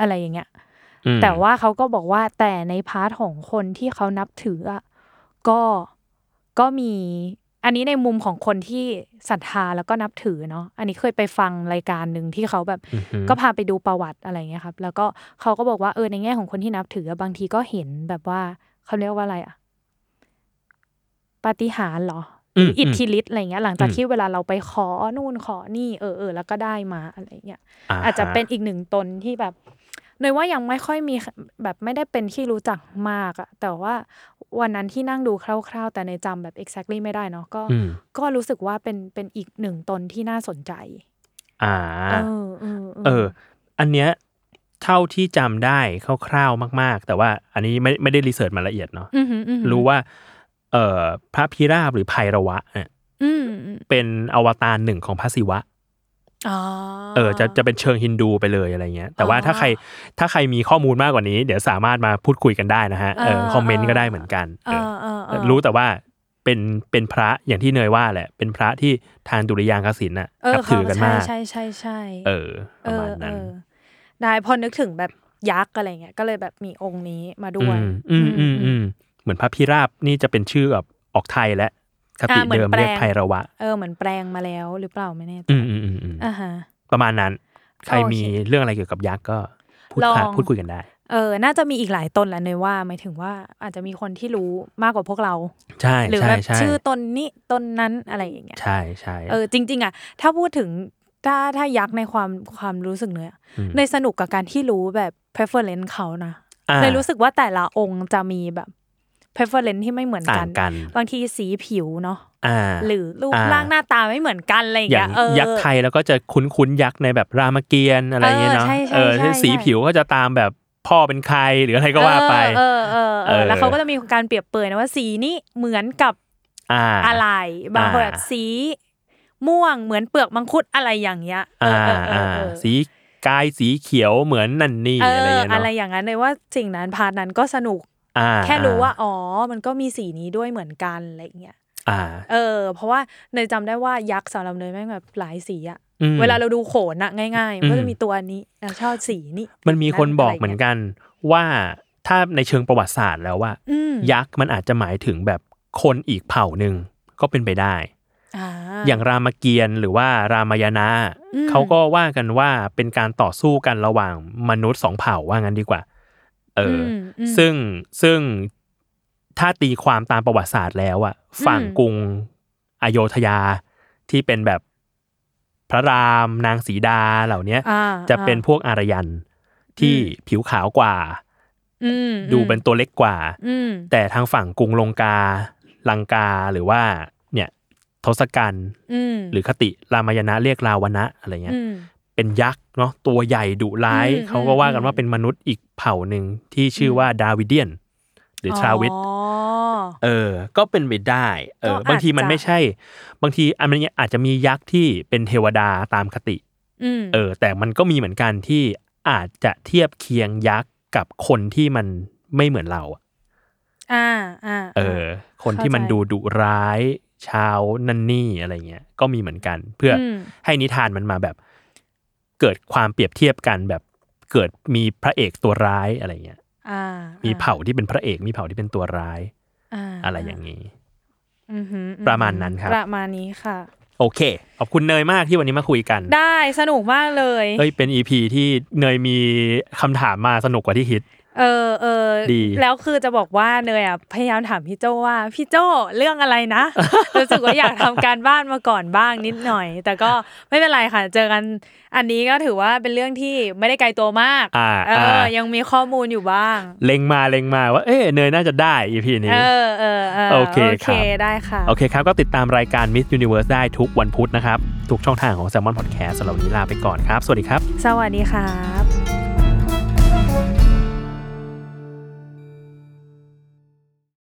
C: อะไรอย่างเงี้ย
B: ม
C: แต่ว่าเขาก็บอกว่าแต่ในพาร์ทของคนที่เขานับถืออะก็ก็มีอันนี้ในมุมของคนที่ศรัทธาแล้วก็นับถือเนาะอันนี้เคยไปฟังรายการหนึ่งที่เขาแบบ
B: อือฮึ
C: ก็พาไปดูประวัติอะไรเงี้ยครับ แล้วก็เขาก็บอกว่าเออในแง่ของคนที่นับถืออะบางทีก็เห็นแบบว่าเขาเรียกว่าอะไรอะปาฏิหาริย์เหรอ
B: อืม
C: อิท
B: ม
C: ธิฤทธิ์อะไรเงี้ยหลังจาก
B: อืม
C: ที่เวลาเราไปขอนู่นขอนี่เออเออแล้วก็ได้มาอะไรเงี้ย
B: ฮ
C: อาจจะเป็นอีกหนึ่งตนที่แบบเนยว่ายังไม่ค่อยมีแบบไม่ได้เป็นที่รู้จักมากอะแต่ว่าวันนั้นที่นั่งดูคร่าวๆ แต่ในยจำแบบ exactly ไม่ได้เนาะก็
B: อืม
C: ก็รู้สึกว่าเป็นเป็นอีกหนึ่งตนที่น่าสนใจ
B: อ่า
C: เออเออ
B: เออ อันเนี้ยเท่าที่จำได้คร่าวๆมาก ๆ แต่ว่าอันนี้ไม่ไม่ได้รีเสิร์ชมาละเอียดเนาะ
C: อือหืออือหือ
B: รู้ว่า เอ่อพระพิราบหรือไพระวะเนี่ย
C: อืมอืม
B: เป็นอวตารหนึ่งของพระศิวะ
C: อ๋อ
B: เออจะจะเป็นเชิงฮินดูไปเลยอะไรเงี้ย แต่ว่าถ้าใครถ้าใครมีข้อมูลมากกว่านี้ เดี๋ยวสามารถมาพูดคุยกันได้นะฮะเออ
C: เออ
B: คอมเมนต์
C: เออ
B: ก็ได้เหมือนกัน
C: เอ
B: เออ
C: อเออเออ
B: รู้แต่ว่าเป็นเป็นพระอย่างที่เนยว่าแหละ เป็นพระที่ทางดุริยางคศิลป์น่ะ
C: เอ
B: นั
C: อบ
B: ถือกันมาก
C: ใช่ใช่ใช่
B: เออ
C: ใช่
B: ประมาณนั้น
C: เออเออได้พอนึกถึงแบบยักษ์อะไรเงี้ยก็เลยแบบมีองค์นี้มาด้
B: อื
C: วย
B: มอืมอืมอืมเหมือนพระพิราบนี่จะเป็นชื่อแบบออกไทยและคติ
C: าเหมือน
B: เดิม
C: แปลง
B: เรียกไพระวะ
C: เออเหมือนแปลงมาแล้วหรือเปล่าไม่แน่ใจ
B: อืมอืมอืมอืม
C: อ่าฮะ
B: ประมาณนั้น ใคร
C: โอเค
B: มีเรื่องอะไรเกี่ยวกับยักษ์ก็พูด
C: ลอง
B: ค่ะพูดคุยกันได้
C: เออ น่าจะมีอีกหลายตนแหละเนยว่าหมายถึงว่าอาจจะมีคนที่รู้มากกว่าพวกเรา
B: ใช่
C: หรือ
B: ใช่
C: แบบ
B: ใช่
C: ชื่อตนนี้ตนนั้นอะไรอย่างเงี้ย
B: ใช่ใช่
C: เออจริง ๆ อ่ะ ถ้าพูดถึงถ้าถ้ายักษ์ในความความรู้สึกเนยอะ
B: ม
C: เนยสนุกกับการที่รู้แบบ preference เขานะ
B: อ่า
C: เนยรู้สึกว่าแต่ละองค์จะมีแบบ preference ที่ไม่เหมือน
B: ต่า
C: กั
B: ง
C: น
B: กัน
C: บางทีสีผิวเนาะ
B: อ่า
C: หรือรูป
B: อ่า
C: ร่างหน้าตาไม่เหมือนกันอะไรอย่าง
B: อ
C: เงี้
B: ย่าง
C: ยเออ
B: ยักษ์ไทยแล้วก็จะคุ้นๆยักษ์ในแบบรามเกียรติ์อะไรเงี้ยเนาะ
C: เออใช่ใช่
B: เออ
C: ใช่
B: ซึ่งสี
C: ใช่
B: ผิวก็จะตามแบบพ่อเป็นใครหรืออะไรก็ว่าไป
C: เออเออเออเออ
B: เออ
C: แล้วเขาก็จะมีการเปรียบเปรยนะว่าสีนี้เหมือนกับ
B: อ่า
C: อะไร บางคน
B: อ่า
C: แบบสีม่วงเหมือนเปลือกมังคุดอะไรอย่างเงี้ยเอ
B: อ่า
C: อเออเอ
B: อ่า
C: อเออ
B: สีกายสีเขียวเหมือนนั่นนี่
C: เอ
B: อะไร
C: อ
B: เงี้ย
C: อะไร
B: เนาะ
C: อย่างนั้นเลยว่าสิ่งนั้นพาร์ทนั้นก็สนุก
B: อ่า
C: แค่รู้ว่าอ๋อ มันก็มีสีนี้ด้วยเหมือนกันอะไรอย่างเงี้ย
B: อ่า
C: เออ เพราะว่าเนยจำได้ว่ายักษ์สำหรับเนยแม่งแบบหลายสีอะ
B: อืม
C: เวลาเราดูโขนอะง่ายๆมันก็
B: อืม
C: จะมีตัวนี้อ่ะชอบสีนี้
B: มันมีคนบอกเหมือนกันว่าถ้าในเชิงประวัติศาสตร์แล้วว่า
C: อืม
B: ยักษ์มันอาจจะหมายถึงแบบคนอีกเผ่าหนึ่งก็เป็นไปได้
C: อ่า
B: อย่างรามเกียรติ์หรือว่ารามายณะ
C: อืม
B: เขาก็ว่ากันว่าเป็นการต่อสู้กันระหว่างมนุษย์สองเผ่าว่างั้นดีกว่า เอออ
C: มอืม
B: ซึ่งซึ่งถ้าตีความตามประวัติศาสตร์แล้วอะฝั่ง
C: อืม
B: กรุงอโยธยาที่เป็นแบบพระรามนางสีดาเหล่าเนี้ย
C: อ่า
B: จะเป็น
C: อ่า
B: พวกอารยันที่
C: อืม
B: ผิวขาวกว่า
C: อืม
B: ดูเป็นตัวเล็กกว่า
C: อืม
B: แต่ทางฝั่งกรุงลงกา ลังกาหรือว่าเนี่ยทศกัณฐ์
C: อืม
B: หรือคติรามายณะเรียกราวณะอะไรเงี้ย
C: ม
B: เป็นยักษ์เนาะตัวใหญ่ดุร้าย
C: อืม
B: เขาก็ว่ากัน
C: อืม
B: ว่าเป็นมนุษย์อีกเผ่าหนึ่งที่ชื่อว่าดาวิเดียน หรืออชาวิต
C: อ๋อ
B: เออ ก็เป็นไปได้เออ
C: ก็อาจจะ
B: บางทีมันไม่ใช่ บางทีอันนี้อาจจะมียักษ์ที่เป็นเทวดาตามคติ
C: อืม
B: เออ แต่มันก็มีเหมือนกันที่อาจจะเทียบเคียงยักษ์กับคนที่มันไม่เหมือนเราอะ
C: อ่าอ่า
B: เออ คนที่มัน
C: เข้าใจ
B: ดูดุร้ายชาวนันนี่อะไรเงี้ยก็มีเหมือนกันเพื่ออ
C: ม
B: ให้นิทานมันมาแบบเกิดความเปรียบเทียบกันแบบเกิดมีพระเอกตัวร้ายอะไรเงี้ย
C: อ่า
B: มี
C: มี
B: เผ่าที่เป็นพระเอกมีเผ่าที่เป็นตัวร้ายอะไรอย่างนี้ ประมาณนั้นครับ
C: ประมาณนี้ค่ะ
B: โอเค ขอบคุณเนยมากที่วันนี้มาคุยกัน
C: ได้สนุกมากเลย
B: เอ้ยเป็นอีพีที่เนยมีคำถามมาสนุกกว่าที่คิด
C: เออเออ
B: ดี
C: แล้วคือจะบอกว่าเนยอ่ะพยายามถามพี่โจว่าพี่โจเรื่องอะไร
B: *laughs*
C: นะ รู้สึกว่าอยากทำการบ้านมาก่อนบ้างนิดหน่อย แต่ก็ไม่เป็นไรค่ะ เจอกันอันนี้ก็ถือว่าเป็นเรื่องที่ไม่ได้ไกลตัวมาก
B: อ่า
C: เอ
B: อ่า
C: อยังมีข้อมูลอยู่บ้าง
B: เล็งมาเล็งมาว่าเอ้ยเนยน่าจะได้ EP นี้
C: เออเออเออ
B: โอเค
C: โอ
B: ค
C: เครับ ได้ค่ะ
B: โอเคครับ ก็ติดตามรายการ Miss Universe ได้ทุกวันพุธนะครับ ทุกช่องทางของ Salmon Podcast สำหรับวันนี้ลาไปก่อนครับ สวัสดีครับ
C: สวัสดีค่ะ